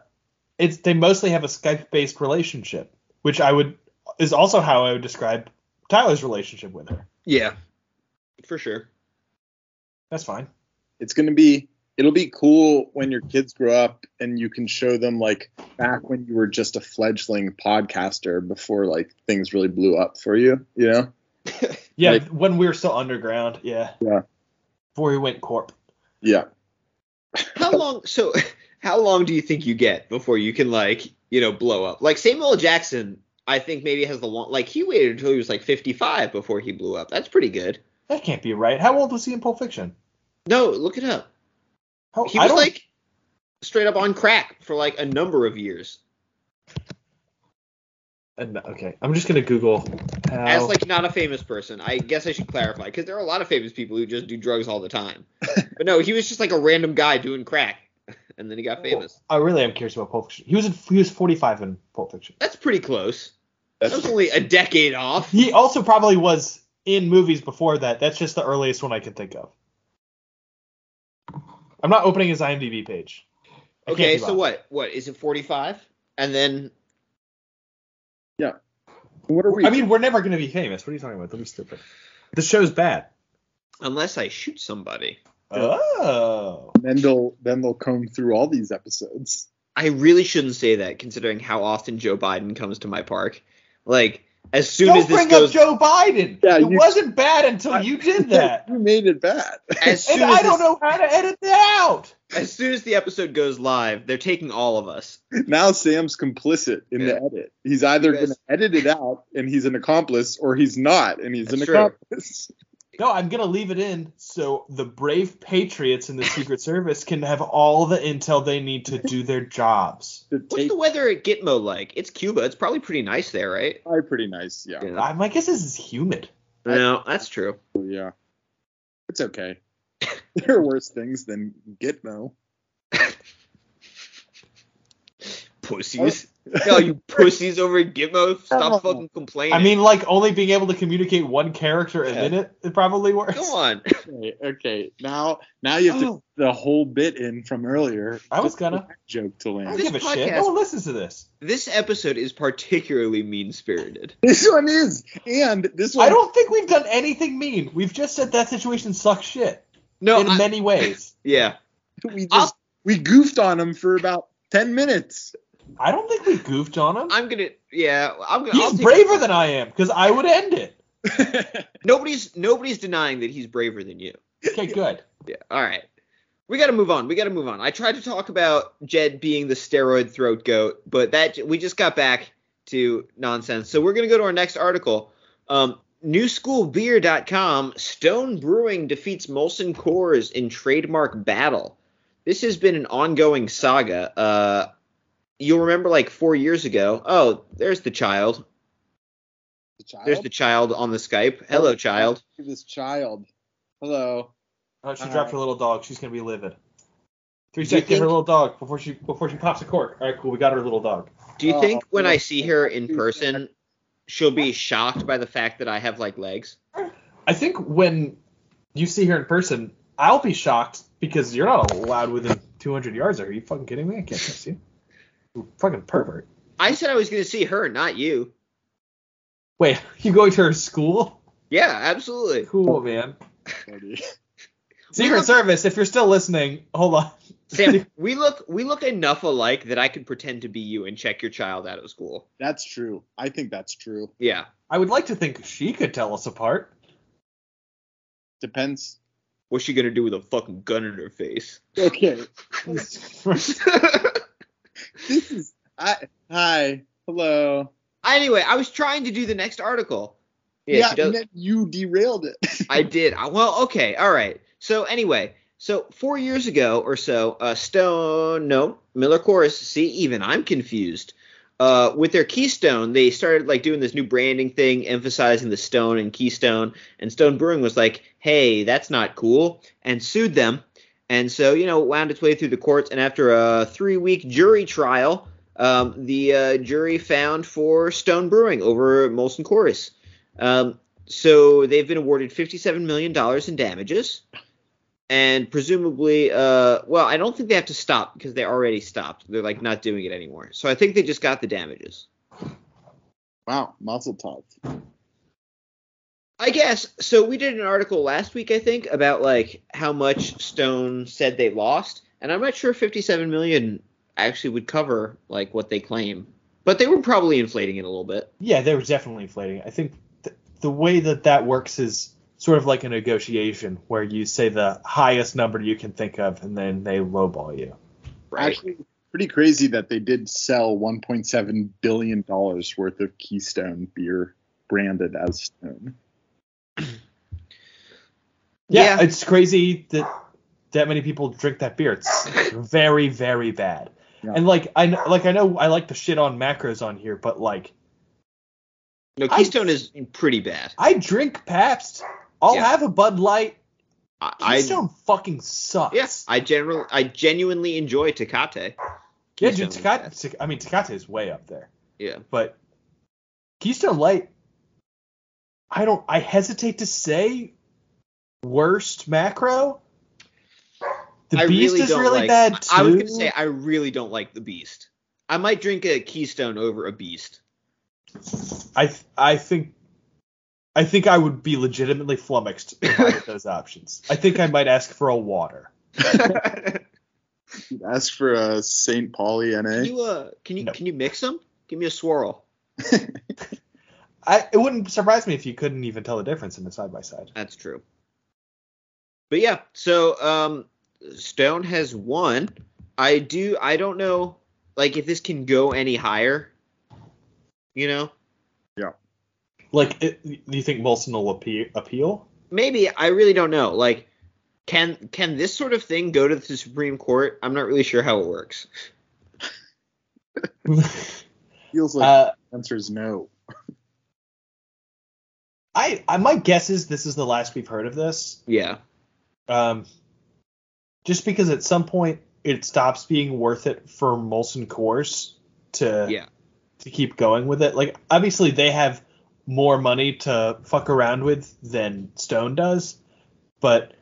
it's they mostly have a Skype-based relationship, which I would is also how I would describe Tyler's relationship with her. Yeah. For sure. That's fine. It's gonna be it'll be cool when your kids grow up and you can show them like back when you were just a fledgling podcaster before like things really blew up for you, you know? Yeah, Like- when we were still underground. Yeah. Yeah. Before we went corp. Yeah. How long? So, how long do you think you get before you can like, you know, blow up? Like Samuel L. Jackson, I think maybe has the long. Like he waited until he was like 55 before he blew up. That's pretty good. That can't be right. How old was he in Pulp Fiction? No, look it up. How, He I was don't- like straight up on crack for like a number of years Uh, no, okay, I'm just gonna Google. How, as like not a famous person. I guess I should clarify because there are a lot of famous people who just do drugs all the time. but no, he was just like a random guy doing crack, and then he got famous. I really am curious about Pulp Fiction. He was in, he was 45 in Pulp Fiction. That's pretty close. That was That's only a decade off. He also probably was in movies before that. That's just the earliest one I can think of. I'm not opening his IMDb page. I can't Okay, be so bothered. what? What is it? Forty-five, and then what are we I mean, we're never gonna be famous. What are you talking about? Don't be stupid. The show's bad. unless I shoot somebody, Uh, Oh. then they'll then they'll comb through all these episodes. I really shouldn't say that considering how often Joe Biden comes to my park. Like as soon as Don't this bring goes, up Joe Biden. Yeah, it you- wasn't bad until you did that. you made it bad. as soon and as I don't this- know how to edit that out. as soon as the episode goes live, they're taking all of us. now Sam's complicit in Yeah. the edit. He's either You guys- going to edit it out and he's an accomplice, or he's not and he's an That's true. accomplice. No, I'm gonna leave it in so the brave patriots in the Secret Service can have all the intel they need to do their jobs. The What's tape the weather at Gitmo like? It's Cuba. It's probably pretty nice there, right? probably pretty nice. Yeah. Yeah. I, my guess is it's humid. No, that's true. yeah, It's okay. there are worse things than Gitmo. Pussies. No, you pussies over at Gitmo. Stop Oh. fucking complaining. I mean, like only being able to communicate one character a Yeah. minute it probably works. come on. Okay, okay. Now, now you have to Oh. put the whole bit in from earlier. I was Just gonna. that joke I to don't land. This give a shit. podcast- No one listens to this. This episode is particularly mean spirited. This one is, and this one. I don't think we've done anything mean. We've just said that situation sucks shit No, in I- many ways. yeah. We I'll- just we goofed on him for about ten minutes. I don't think we goofed on him. I'm gonna. Yeah, I'm gonna. I'll He's take- braver than I am because I would end it. Nobody's nobody's denying that he's braver than you. Okay, good. Yeah. All right. We got to move on. We got to move on. I tried to talk about Jed being the steroid throat goat, but that we just got back to nonsense. So we're going to go to our next article. Um, NewSchoolBeer.com Stone Brewing defeats Molson Coors in trademark battle. This has been an ongoing saga. Uh, you'll remember like four years ago. Oh, there's the child. The child? There's the child on the Skype. Hello, child. Look at This child. Hello. Oh, she All dropped her little dog. She's gonna be livid. Three Do seconds. you Give her think- little dog before she before she pops a cork. All right, cool. We got her little dog. Do you Oh, think when I yeah. see her in person, she'll be shocked by the fact that I have like legs? I think when you see her in person, I'll be shocked because you're not allowed within 200 yards. of her. Are you fucking kidding me? I can't trust you. You fucking pervert. I said I was going to see her, not you. Wait, you going to her school? Yeah, absolutely. Cool, man. Buddy. Secret Service, if you're still listening, hold on. Sam, we look we look enough alike that I could pretend to be you and check your child out of school. That's true. I think that's true. Yeah. I would like to think she could tell us apart. Depends. What's she going to do with a fucking gun in her face? Okay. That's this is. I, hi. Hello. anyway, I was trying to do the next article. Yeah, she does. Nick, you derailed it. I did. I, well, okay, all right. So anyway, so four years ago or so, uh, Stone, no, Miller Chorus. See, even I'm confused. Uh, with their Keystone, they started like doing this new branding thing, emphasizing the Stone and Keystone. And Stone Brewing was like, "Hey, that's not cool," and sued them. And so, you know, it wound its way through the courts. And after a three-week jury trial, um, the uh, jury found for Stone Brewing over Molson Chorus. Um, so they've been awarded fifty-seven million dollars in damages, and presumably, uh, well, I don't think they have to stop because they already stopped. They're like not doing it anymore. So I think they just got the damages. wow, Mazel Tov. I guess. So we did an article last week, I think, about like how much Stone said they lost, and I'm not sure if fifty-seven million actually would cover like what they claim, but they were probably inflating it a little bit. Yeah, they were definitely inflating. I think th- the way that that works is sort of like a negotiation where you say the highest number you can think of and then they lowball you. Actually, pretty crazy that they did sell 1.7 billion dollars worth of Keystone beer branded as Stone. Yeah, Yeah. it's crazy that that many people drink that beer. It's very, very bad. Yeah. And like I kn- like I know I like to shit on macros on here, but like No, I- Keystone is pretty bad. I drink Pabst. I'll Yeah. have a Bud Light. I, I- Keystone fucking sucks. Yes, I general I genuinely enjoy Tecate. yeah, dude. Keystone is Tecate, bad. Tec- I mean, Tecate is way up there, Yeah. but Keystone Light. I don't. I hesitate to say worst macro. The I Beast is don't really like- bad too. I was gonna say I really don't like the Beast. I might drink a Keystone over a Beast. I th- I think I think I would be legitimately flummoxed if I had those options. I think I might ask for a water. can You'd ask for a E St. Pauli NA. you uh, can you No. can you mix them? Give me a swirl. I it wouldn't surprise me if you couldn't even tell the difference in the side by side. That's true. But yeah, so um, Stone has won. I do. I don't know, like if this can go any higher. You know, Like, it, do you think Molson will appeal? appeal? maybe I really don't know. Like, can can this sort of thing go to the Supreme Court? I'm not really sure how it works. Feels like uh, the answer is no. I, I my guess is this is the last we've heard of this. Yeah. Um, just because at some point it stops being worth it for Molson Coors to Yeah. to keep going with it. Like obviously they have more money to fuck around with than Stone does, but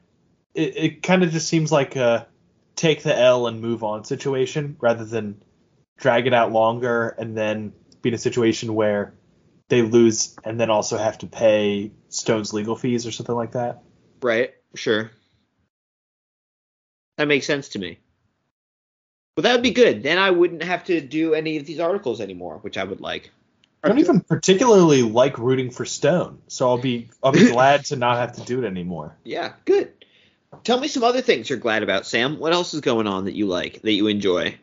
it, it kind of just seems like a take the L and move on situation rather than drag it out longer and then be in a situation where they lose and then also have to pay Stone's legal fees or something like that. Right. Sure. That makes sense to me. Well, that would be good. Then I wouldn't have to do any of these articles anymore, which I would like. I don't feel- even particularly like rooting for Stone, so I'll be I'll be glad to not have to do it anymore. Yeah. Good. Tell me some other things you're glad about, Sam. What else is going on that you like, that you enjoy?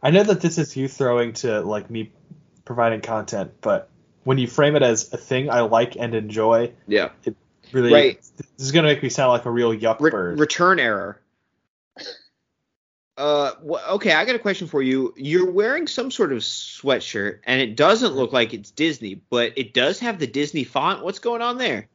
I know that this is you throwing to like me providing content, but when you frame it as a thing I like and enjoy, Yeah. really, Right. this is gonna make me sound like a real yuck Re- bird. return error. Uh, wh- okay, I got a question for you. You're wearing some sort of sweatshirt, and it doesn't look like it's Disney, but it does have the Disney font. What's going on there?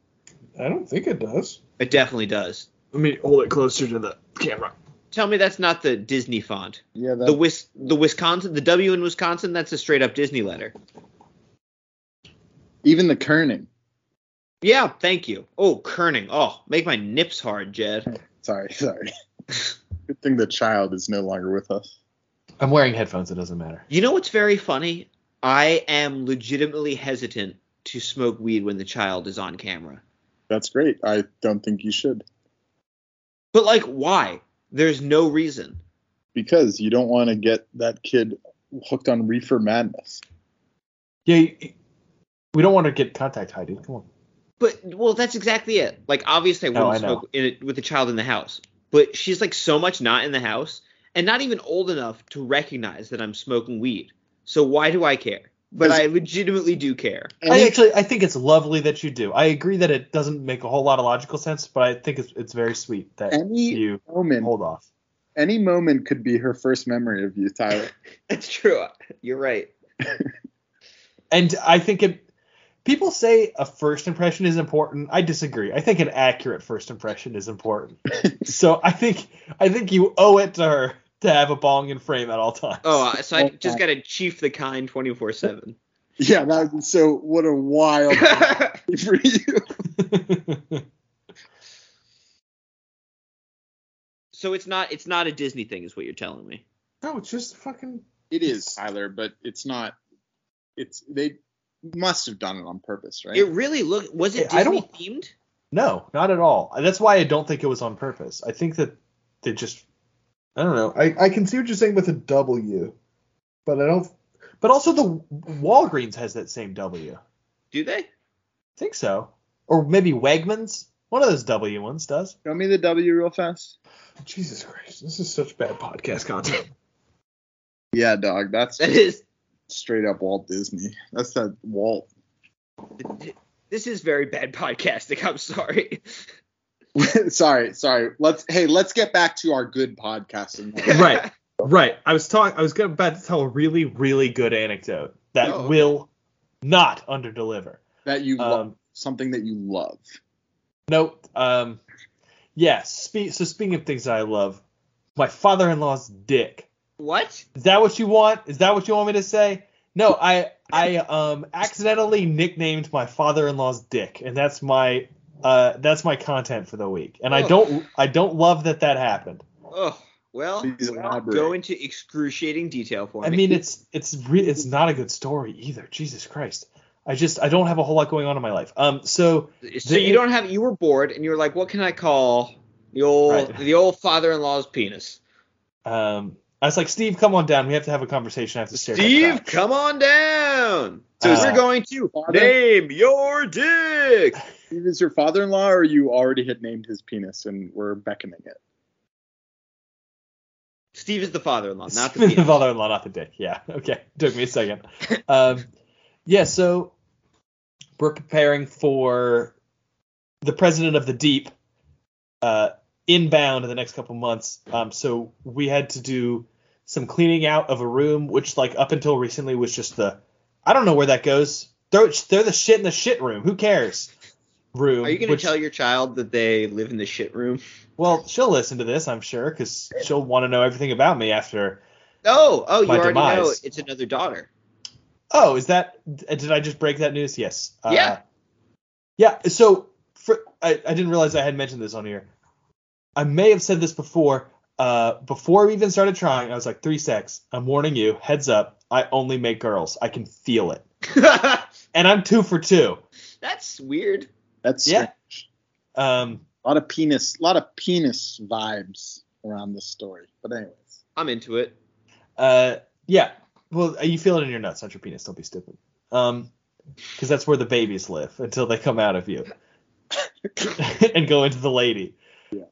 I don't think it does. It definitely does. Let me hold it closer to the camera. tell me that's not the Disney font. Yeah, The Wis the Wisconsin the W in Wisconsin, that's a straight up Disney letter. even the kerning. Yeah, thank you. Oh, kerning. Oh, make my nips hard, Jed. Sorry, sorry. Good thing the child is no longer with us. I'm wearing headphones. It doesn't matter. You know what's very funny? I am legitimately hesitant to smoke weed when the child is on camera. That's great. I don't think you should But like why? There's no reason. because you don't want to get that kid hooked on reefer madness. Yeah, you- you- we don't want to get contact high, dude. Come on. But well, that's exactly it. Like obviously, I No, wouldn't I know. smoke in it with a child in the house. But she's like so much not in the house, and not even old enough to recognize that I'm smoking weed. So why do I care? But I legitimately do care. I Any- actually, I think it's lovely that you do. I agree that it doesn't make a whole lot of logical sense, but I think it's it's very sweet that Any- you moment, hold off. any moment could be her first memory of you, Tyler. That's true. You're right. And I think it. People say a first impression is important. I disagree. I think an accurate first impression is important. so I think I think you owe it to her to have a bong in frame at all times. Oh, uh, so I just gotta chief the kind 24 seven. yeah, that was, so what a wild day for you. So it's not it's not a Disney thing, is what you're telling me. no, it's just fucking. It is Tyler, but it's not. It's they must have done it on purpose, right? It really look was it I Disney don't- themed? No, not at all. That's why I don't think it was on purpose. I think that they just I don't know. I, I can see what you're saying with a W, but I don't. But also the Walgreens has that same W. I Do they? think so, or maybe Wegmans. One of those W ones does. Show me the W real fast. Jesus Christ, this is such bad podcast content. Yeah, dog. That's That is straight up Walt Disney. That's that Walt. this is very bad podcasting. I'm sorry. sorry, sorry. Let's hey, let's get back to our good podcasting. Right. right. I was talking. I was gonna, about to tell a really, really good anecdote that Oh, okay. will not underdeliver. that you love, Um, something that you love. No. Um. Yes. spe- so speaking of things that I love, my father-in-law's dick. What? Is that what you want? Is that what you want me to say? No. I I um accidentally nicknamed my father-in-law's dick, and that's my uh that's my content for the week. And I Oh. don't I don't love that that happened. Oh, well, Please well, elaborate. go into excruciating detail for I me. mean, it's it's re- it's not a good story either. Jesus Christ. I just I don't have a whole lot going on in my life. Um. So so you don't have you were bored and you were like, what can I call the old Right. the old father-in-law's penis? um. I was like, Steve, come on down. We have to have a conversation. I have to stare. at that Steve, crotch." come on down. So Uh, we're going to Father- name your dick. Steve is your father-in-law, or you already had named his penis and were beckoning it. Steve is the father-in-law, not the Spin the penis. father-in-law, not the dick. Yeah. Okay. Took me a second. Um, yeah. So we're preparing for the president of the deep uh, inbound in the next couple months. Um, so we had to do some cleaning out of a room, which like up until recently was just the I don't know where that goes. Throw it, throw the shit in the shit room. Who cares? Room. Are you going to tell your child that they live in the shit room? Well, she'll listen to this, I'm sure, because she'll want to know everything about me after. Oh, oh, you My already know demise. it's another daughter. Oh, is that? Did I just break that news? Yes. Uh, Yeah. Yeah. So for, I, I didn't realize I had mentioned this on here. I may have said this before. Uh, before we even started trying, I was like, three sex. I'm warning you. Heads up. I only make girls. I can feel it. And I'm two for two. That's weird. That's Yeah. strange. Um, a lot of penis, a lot of penis vibes around this story. But anyways, I'm into it. uh, yeah. Well, uh, you feel it in your nuts, not your penis. Don't be stupid. Um, because that's where the babies live until they come out of you and go into the lady.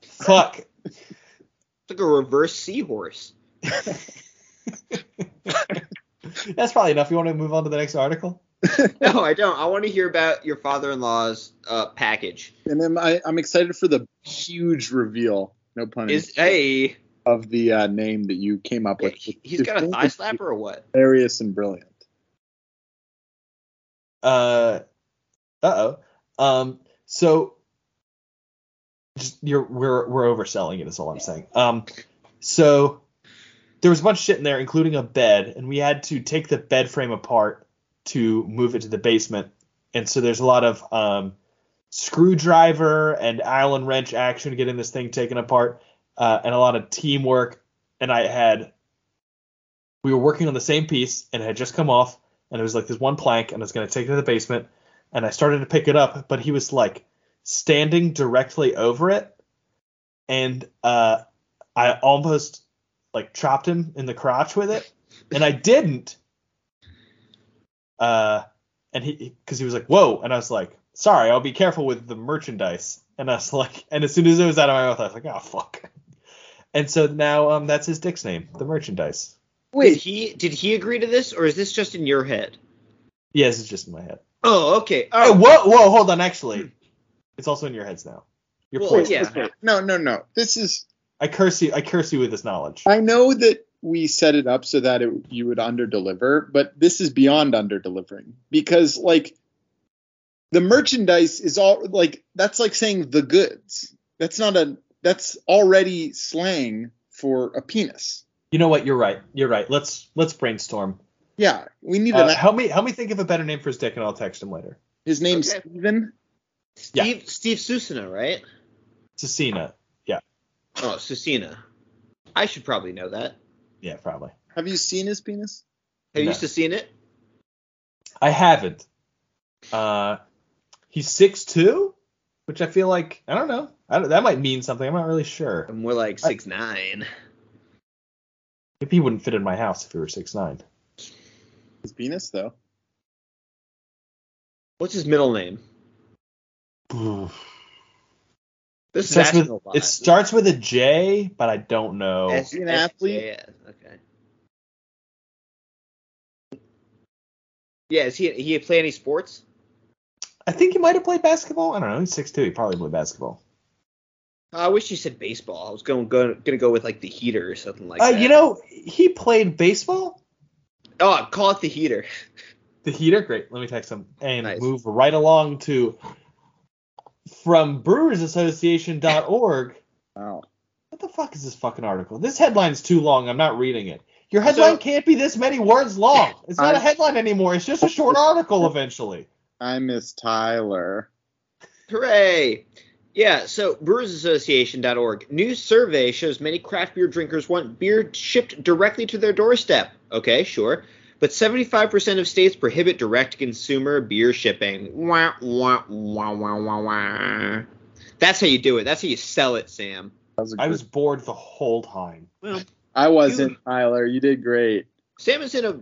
Fuck. It's like a reverse seahorse. That's probably enough. You want to move on to the next article? No, I don't. I want to hear about your father-in-law's uh, package. and then I, I'm excited for the huge reveal. No pun Is intended. hey, of the uh, name that you came up with. he's got a thigh slapper or what? Hilarious and brilliant. Uh, uh oh. Um, so just, you're we're we're overselling it is all I'm saying. Um, So there was a bunch of shit in there, including a bed, and we had to take the bed frame apart to move it to the basement. And so there's a lot of um, screwdriver and Allen wrench action getting this thing taken apart, uh, and a lot of teamwork. And I had we were working on the same piece, and it had just come off, and it was like this one plank, and I was going to take it to the basement, and I started to pick it up, but he was like standing directly over it, and uh, I almost like chopped him in the crotch with it, and I didn't. Uh, and he because he was like, "Whoa!" and I was like, "Sorry, I'll be careful with the merchandise." And I was like, and as soon as it was out of my mouth, I was like, "Oh fuck!" And so now um that's his dick's name, the merchandise. Wait, did he did he agree to this, or is this just in your head? Yeah, this is just in my head. Oh, okay. Hey, Oh, whoa, whoa, hold on. Actually, it's also in your heads now. You're Well, poisoned. yeah. No, no, no. This is. I curse you. I curse you with this knowledge. I know that we set it up so that it, you would underdeliver, but this is beyond underdelivering because, like, the merchandise is all like that's like saying the goods. That's not a. That's already slang for a penis. You know what? You're right. You're right. Let's let's brainstorm. Yeah, we need Uh, an. help me help me think of a better name for his dick, and I'll text him later. His name's okay. Steven. yeah. Steve Steve Susina, right? Cecina. Oh, Susina. I should probably know that. Yeah, probably. Have you seen his penis? Have No. you seen it? I haven't. Uh, he's six two, which I feel like I don't know. I don't, that might mean something. I'm not really sure. I'm more like I- six nine. Maybe he wouldn't fit in my house if he were six nine. His penis, though. What's his middle name? This is Starts with, asking a lot. it starts with a J, but I don't know. S- Is he an S- athlete? Yeah. Okay. Yeah. Is he he play any sports? I think he might have played basketball. I don't know. He's six two. He probably played basketball. I wish you said baseball. I was going going gonna go with like the heater or something like uh, that. you know, he played baseball. Oh, call it the heater. The heater, great. Let me text him and Nice. move right along to from brewersassociation.org. Wow. What the fuck is this fucking article? This headline's too long. I'm not reading it. Your headline So- can't be this many words long. It's not a I- headline anymore. It's just a short article eventually. I miss Tyler. Hooray! Yeah, so brewersassociation.org. New survey shows many craft beer drinkers want beer shipped directly to their doorstep. Okay, sure. But 75% of states prohibit direct consumer beer shipping. Wah, wah, wah, wah, wah, wah. That's how you do it. That's how you sell it, Sam. That was a I good- was bored the whole time. I wasn't Tyler. You did great. Sam is in a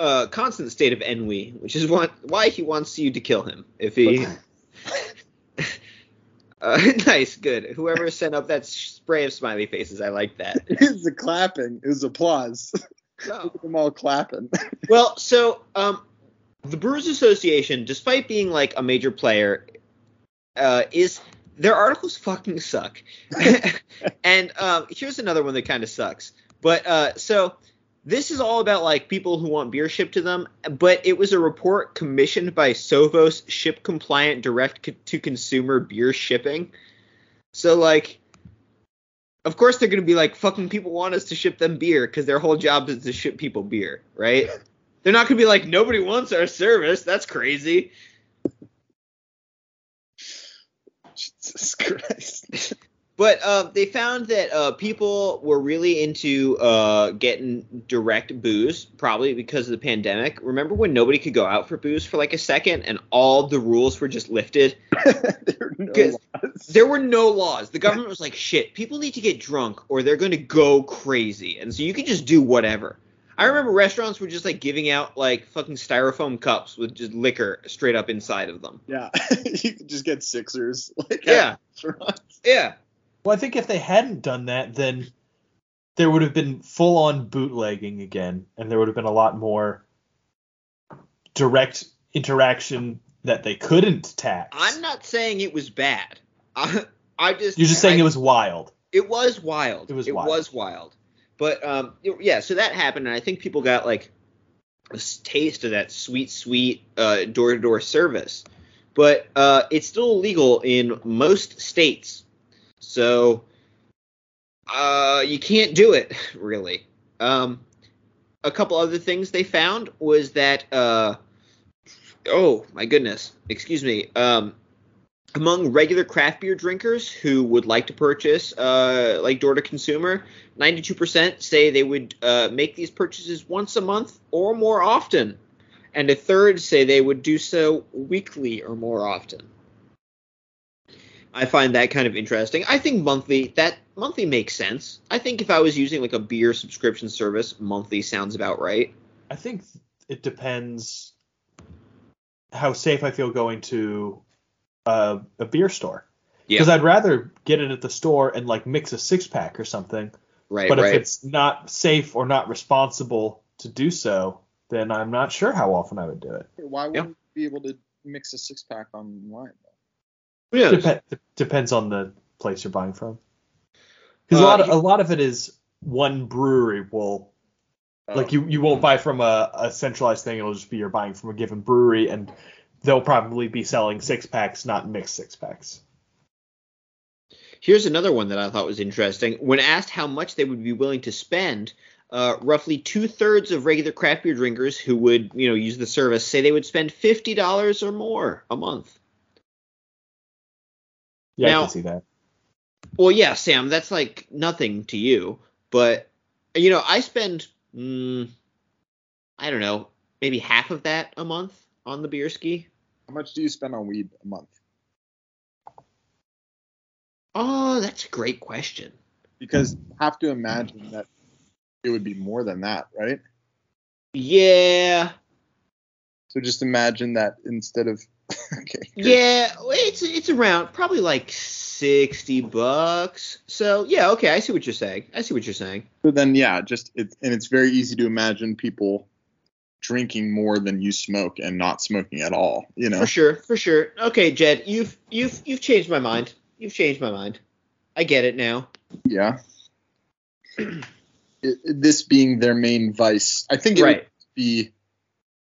uh, constant state of ennui, which is what, why he wants you to kill him. If he. Uh, nice, good. Whoever sent up that spray of smiley faces, I like that. It was the clapping. It was applause. Look at them all clapping. Well, so um, the Brewers Association, despite being like a major player, uh, is their articles fucking suck. and um, here's another one that kind of sucks. But uh, so this is all about like people who want beer shipped to them. But it was a report commissioned by Sovos Ship Compliant Direct co- to Consumer Beer Shipping. So like. Of course, they're gonna be like, "Fucking people want us to ship them beer because their whole job is to ship people beer, right?" They're not gonna be like, nobody wants our service. That's crazy. Jesus Christ. But um, they found that uh, people were really into uh, getting direct booze, probably because of the pandemic. Remember when nobody could go out for booze for like a second, and all the rules were just lifted? there are no Good. laws. There were no laws. The government was like, shit, people need to get drunk or they're going to go crazy. And so you can just do whatever. I remember restaurants were just like giving out like fucking styrofoam cups with just liquor straight up inside of them. yeah. you could just get Sixers. Like, Yeah. at- Yeah. Well, I think if they hadn't done that, then there would have been full on bootlegging again, and there would have been a lot more direct interaction that they couldn't tax. I'm not saying it was bad. I, I just You're just I- saying it was wild. It was wild. It was It wild. was wild. But um, it- yeah, so that happened, and I think people got like a s- taste of that sweet, sweet uh, door-to-door service. But uh, it's still illegal in most states. So uh, you can't do it really. Um, a couple other things they found was that uh, oh my goodness, excuse me. Um, among regular craft beer drinkers who would like to purchase uh, like door to consumer, 92% say they would uh, make these purchases once a month or more often, and a third say they would do so weekly or more often. I find that kind of interesting. I think monthly that monthly makes sense. I think if I was using like a beer subscription service, monthly sounds about right. I think it depends how safe I feel going to a, a beer store. Yeah. Because I'd rather get it at the store and like mix a six pack or something. Right, but right. if it's not safe or not responsible to do so, then I'm not sure how often I would do it. Why Yeah. wouldn't you be able to mix a six pack online? Who knows? Dep- depends on the place you're buying from. Because Uh, a lot of, you- a lot of it is one brewery will Oh. though? like you you won't buy from a, a centralized thing. It'll just be you're buying from a given brewery, and they'll probably be selling six packs, not mixed six packs. Here's another one that I thought was interesting. When asked how much they would be willing to spend, uh, roughly two thirds of regular craft beer drinkers who would, you know, use the service say they would spend fifty dollars or more a month. Yeah, Now- I can see that. Well, yeah, Sam, that's like nothing to you, but you know, I spend, mm, I don't know, maybe half of that a month on the beer ski. How much do you spend on weed a month? Oh, that's a great question. Because you have to imagine that it would be more than that, right? Yeah, So just imagine that instead of okay, Yeah, it's it's around probably like sixty bucks. So yeah, okay, I see what you're saying. I see what you're saying. So then, yeah, just it, and it's very easy to imagine people drinking more than you smoke and not smoking at all. You know, For sure, for sure. Okay, Jed, you've you've you've changed my mind. You've changed my mind. I get it now. yeah. It, it- this being their main vice, I think it Right. would be,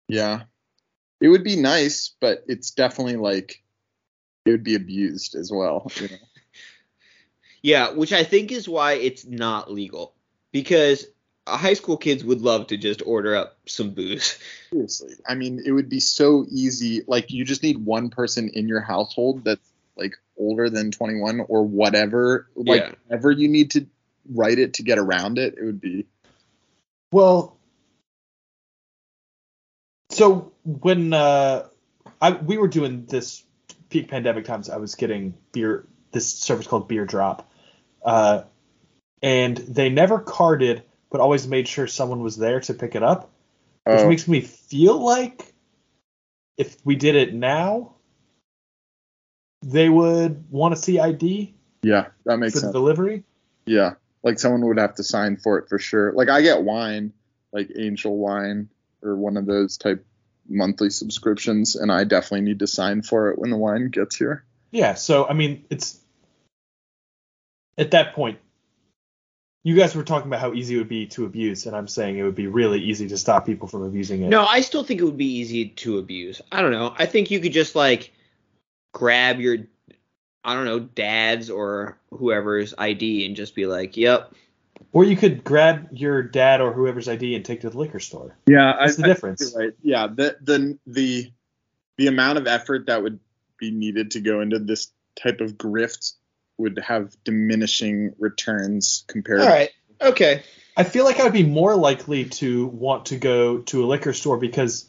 yeah, it would be nice, but it's definitely like it would be abused as well. You know? Yeah, which I think is why it's not legal because uh, high school kids would love to just order up some booze. Seriously, I mean, it would be so easy. Like, you just need one person in your household that's like older than 21 or whatever. Like, Yeah. whatever you need to write it to get around it, it would be. Well, so when uh, I we were doing this peak pandemic times, I was getting beer this service called Beer Drop, uh, and they never carded, but always made sure someone was there to pick it up. oh, which makes me feel like if we did it now, they would want to see ID yeah, that for makes the sense. delivery. yeah, like someone would have to sign for it for sure. Like, I get wine, like Angel Wine or one of those type monthly subscriptions, and I definitely need to sign for it when the wine gets here. Yeah, so I mean, it's at that point. You guys were talking about how easy it would be to abuse, and I'm saying it would be really easy to stop people from abusing it. No, I still think it would be easy to abuse. I don't know. I think you could just like grab your I don't know, dad's or whoever's ID and just be like, "Yep." Or you could grab your dad or whoever's ID and take to the liquor store. Yeah, That's the difference. You're right. Yeah, the the the the amount of effort that would be needed to go into this type of grift would have diminishing returns compared. Okay. I feel like I would be more likely to want to go to a liquor store because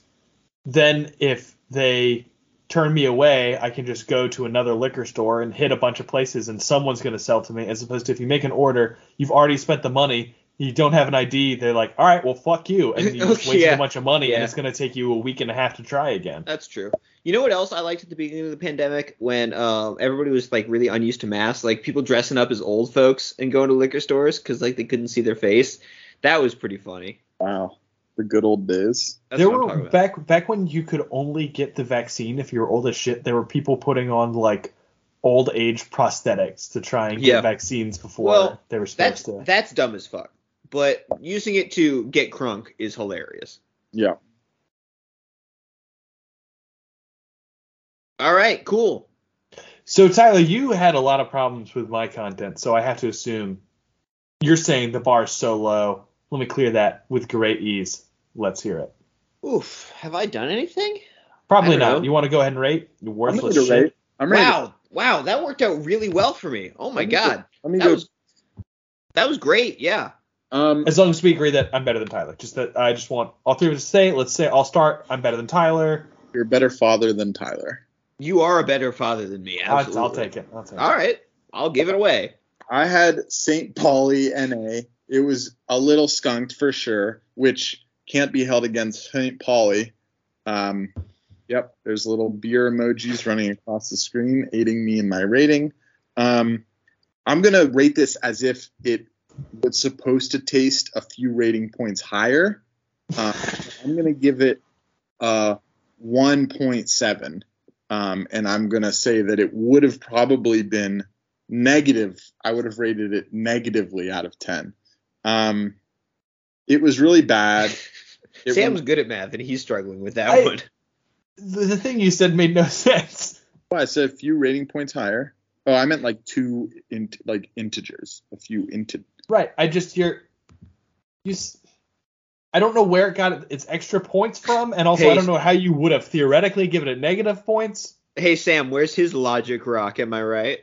then if they turn me away, I can just go to another liquor store and hit a bunch of places and someone's going to sell to me as opposed to if you make an order, you've already spent the money, you don't have an ID, they're like, "All right, well fuck you." And you just Okay, wasted yeah. a bunch of money and Yeah. it's going to take you a week and a half to try again. That's true. You know what else I liked at the beginning of the pandemic when um, everybody was like really unused to masks, like people dressing up as old folks and going to liquor stores cuz like they couldn't see their face. That was pretty funny. Wow, the good old days. That's there what I'm were talking about. back back when you could only get the vaccine if you were old as shit. There were people putting on like old age prosthetics to try and Yeah. get vaccines before Well, they were that's supposed to. that's dumb as fuck. But using it to get crunk is hilarious. Yeah. All right, cool. So Tyler, you had a lot of problems with my content, so I have to assume You're saying the bar is so low. Let me clear that with great ease. Let's hear it. Oof, have I done anything? Probably I don't not. know. You want to go ahead and rate? You I'm worthless ready to shit. rate. I'm ready. to- Wow, wow, that worked out really well for me. Oh my I'm god, Let me that go. was that was great. Yeah, um, As long as we agree that I'm better than Tyler. Just that I just want all three of us to say, let's say I'll start, I'm better than Tyler. you're a better father than Tyler. you are a better father than me. I'll, Absolutely. I'll take it. I'll take All it. right, I'll give it away. I had St. Pauli NA. It was a little skunked for sure, which can't be held against St. Pauli. Um, yep, there's little beer emojis running across the screen, aiding me in my rating. Um, I'm going to rate this as if it was supposed to taste a few rating points higher. Uh, I'm going to give it uh, 1.7. Um, and I'm going to say that it would have probably been negative. I would have rated it negatively out of 10. Um, it was really bad. It Sam's was, good at math, and he's struggling with that I- one. The, the thing you said made no sense. I said a few rating points higher. Oh, I meant like two int like integers, a few int. Right. I just you're you. s- I don't know where it got its extra points from, and also Hey. I don't know how you would have theoretically given it negative points. Hey Sam, where's his logic rock? Am I right?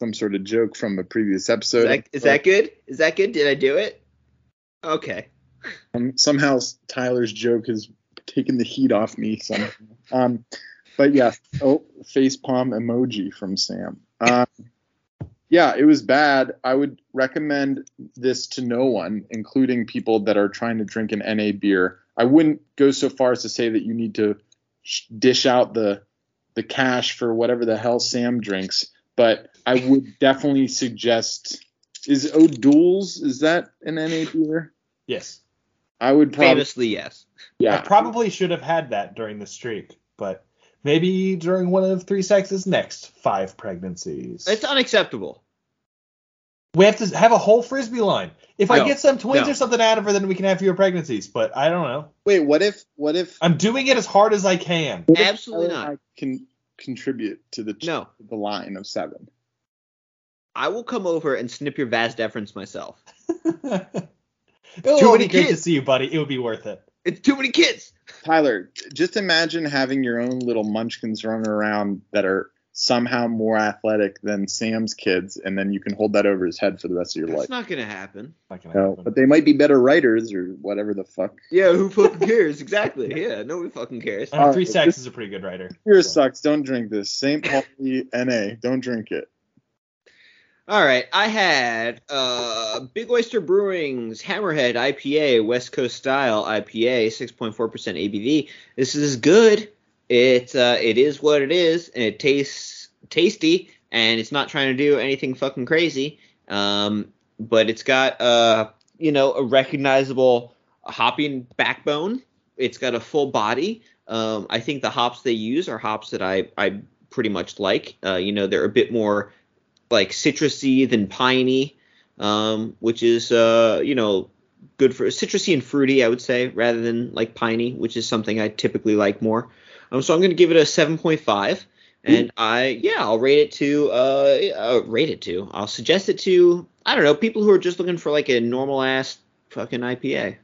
Some sort of joke from a previous Is episode. that, is that good? Is that good? Did I do it? Okay. Um, somehow Tyler's joke has taken the heat off me. Somehow. Um, but yeah, oh, face palm emoji from Sam. Um, yeah, it was bad. I would recommend this to no one, including people that are trying to drink an NA beer. I wouldn't go so far as to say that you need to sh- dish out the the cash for whatever the hell Sam drinks, but I would definitely suggest. Is O'Doul's is that an NA beer? Yes. I would probably Famously, yes. I probably should have had that during the streak, but maybe during one of three sexes next five pregnancies. It's unacceptable. we have to have a whole frisbee line. If No, I get some twins no. or something out of her, then we can have fewer pregnancies. But I don't know. Wait, what if what if I'm doing it as hard as I can. Absolutely Tyler and not. I can contribute to the No. the line of seven. I will come over and snip your vas deferens myself. it Too would many be great to kids. see you, buddy. It would be worth it. It's too many kids. Tyler, just imagine having your own little munchkins running around that are somehow more athletic than Sam's kids, and then you can hold that over his head for the rest of your That's life. not gonna happen. Not gonna No, happen. but they might be better writers or whatever the fuck. Yeah, who fucking cares? Exactly. Yeah, nobody fucking cares. I mean, All three right. sacks is a pretty good writer. Beer So, sucks. Don't drink this. St. Pauli NA. Don't drink it. All right, I had uh, Big Oyster Brewing's Hammerhead IPA, West Coast style IPA, 6.4% ABV. This is good. It uh, it is what it is, and it tastes tasty, and it's not trying to do anything fucking crazy. Um, but it's got uh, you know, a recognizable hopping backbone. It's got a full body. Um, I think the hops they use are hops that I I pretty much like. Uh, you know, they're a bit more like citrusy than piney, um, which is uh, you know good for citrusy and fruity, I would say, rather than like piney, which is something I typically like more. Um, so I'm going to give it a 7.5, and I yeah I'll rate it to uh, uh rate it to I'll suggest it to I don't know people who are just looking for like a normal ass fucking IPA.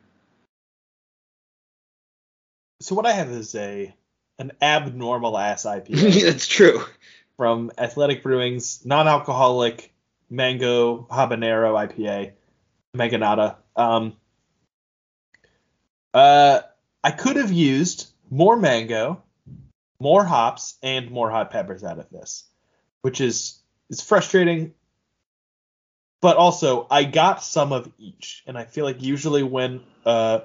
so what I have is a an abnormal ass IPA That's true. from Athletic Brewing's non-alcoholic mango habanero IPA, Meganata. Um, uh, I could have used more mango, more hops, and more hot peppers out of this, which is is frustrating. But also, I got some of each, and I feel like usually when uh,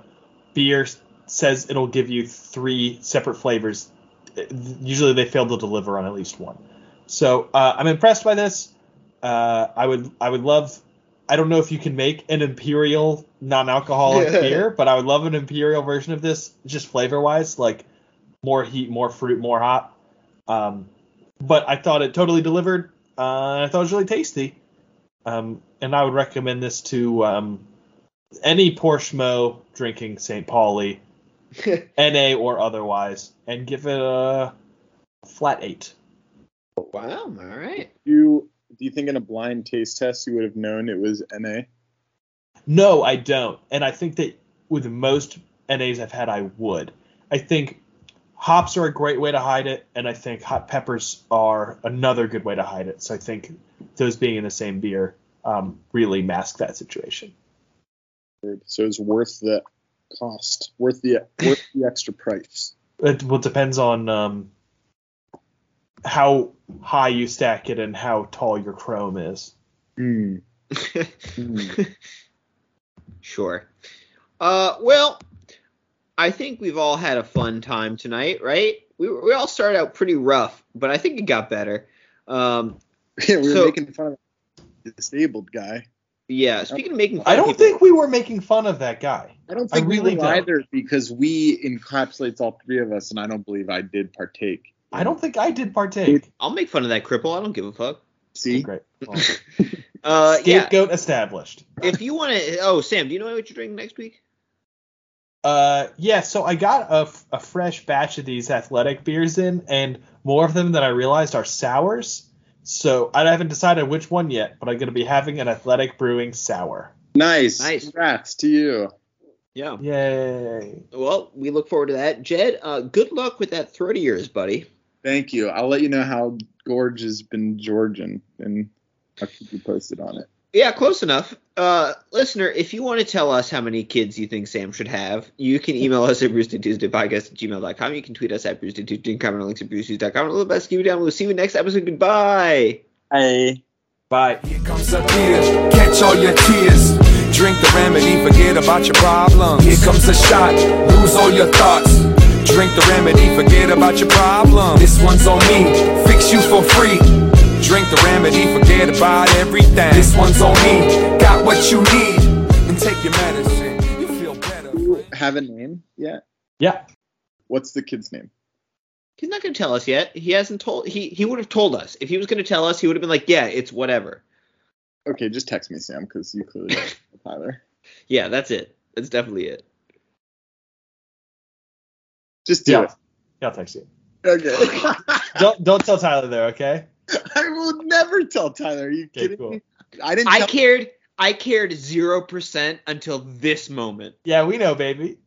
beer s- says it'll give you three separate flavors, th- usually they fail to deliver on at least one. So uh, I'm impressed by this. Uh, I would I would love. I don't know if you can make an imperial non-alcoholic beer, but I would love an imperial version of this, just flavor-wise, like more heat, more fruit, more hop. Um, but I thought it totally delivered. Uh, I thought it was really tasty, um, and I would recommend this to um, any poor schmo drinking St. Pauli, NA or otherwise, and give it a flat eight. Wow. All right. You do you think in a blind taste test you would have known it was NA? No, I don't. And I think that with most NAs I've had, I would. I think hops are a great way to hide it, and I think hot peppers are another good way to hide it. So I think those being in the same beer um, really mask that situation. So it's worth the cost, worth the worth the extra price. It well depends on um, how high you stack it and how tall your chrome is. Hmm. sure. Uh, well, I think we've all had a fun time tonight, right? We, we all started out pretty rough, but I think it got better. Um, Yeah, we were So- making fun of a disabled guy. yeah. Speaking of making, fun I of don't people- think we were making fun of that guy. I don't I think really we will don't. either because we encapsulates all three of us, and I don't believe I did partake. I don't think I did partake. I'll make fun of that cripple. I don't give a fuck. See, Great. Uh, yeah. Scapegoat established. If you want to, oh Sam, do you know what you're drinking next week? Uh, yeah, so I got a, f- a fresh batch of these athletic beers in, and more of them than I realized are sours. So I haven't decided which one yet, but I'm going to be having an athletic brewing sour. nice, Nice. Congrats to you. Yeah. Yay. Well, we look forward to that. Jed, uh, good luck with that throat of yours, buddy. Thank you. I'll let you know how Gorge has been Georgian, and I'll keep you posted on it. Yeah, close enough. Uh, listener, if you want to tell us how many kids you think Sam should have, you can email us at brewsdaytuesdaypodcast at gmail.com. You can tweet us at brewsdaytuesday and comment on links at brewsdays.com. And all the best. Keep it down. We'll see you next episode. Goodbye. Hey. Bye. Here comes the tears, catch all your tears. Drink the remedy, forget about your problems. Here comes a shot, lose all your thoughts. Drink the remedy, forget about your problems. This one's on me, fix you for free. Drink the remedy, forget about everything. This one's on me, got what you need. And take your medicine, you feel better. You have a name yet? Yeah. What's the kid's name? He's not going to tell us yet. He hasn't told. He, he would have told us. If he was going to tell us, he would have been like, yeah, it's whatever. Okay, just text me, Sam, because you clearly don't know Tyler. Yeah, that's it. That's definitely it. Just do Yeah. Yeah, I'll text you. it. Okay. Don't don't tell Tyler though, okay? I will never tell Tyler. Are you Okay, kidding cool. me? I didn't. I tell- cared. I cared 0% until this moment. Yeah, we know, baby.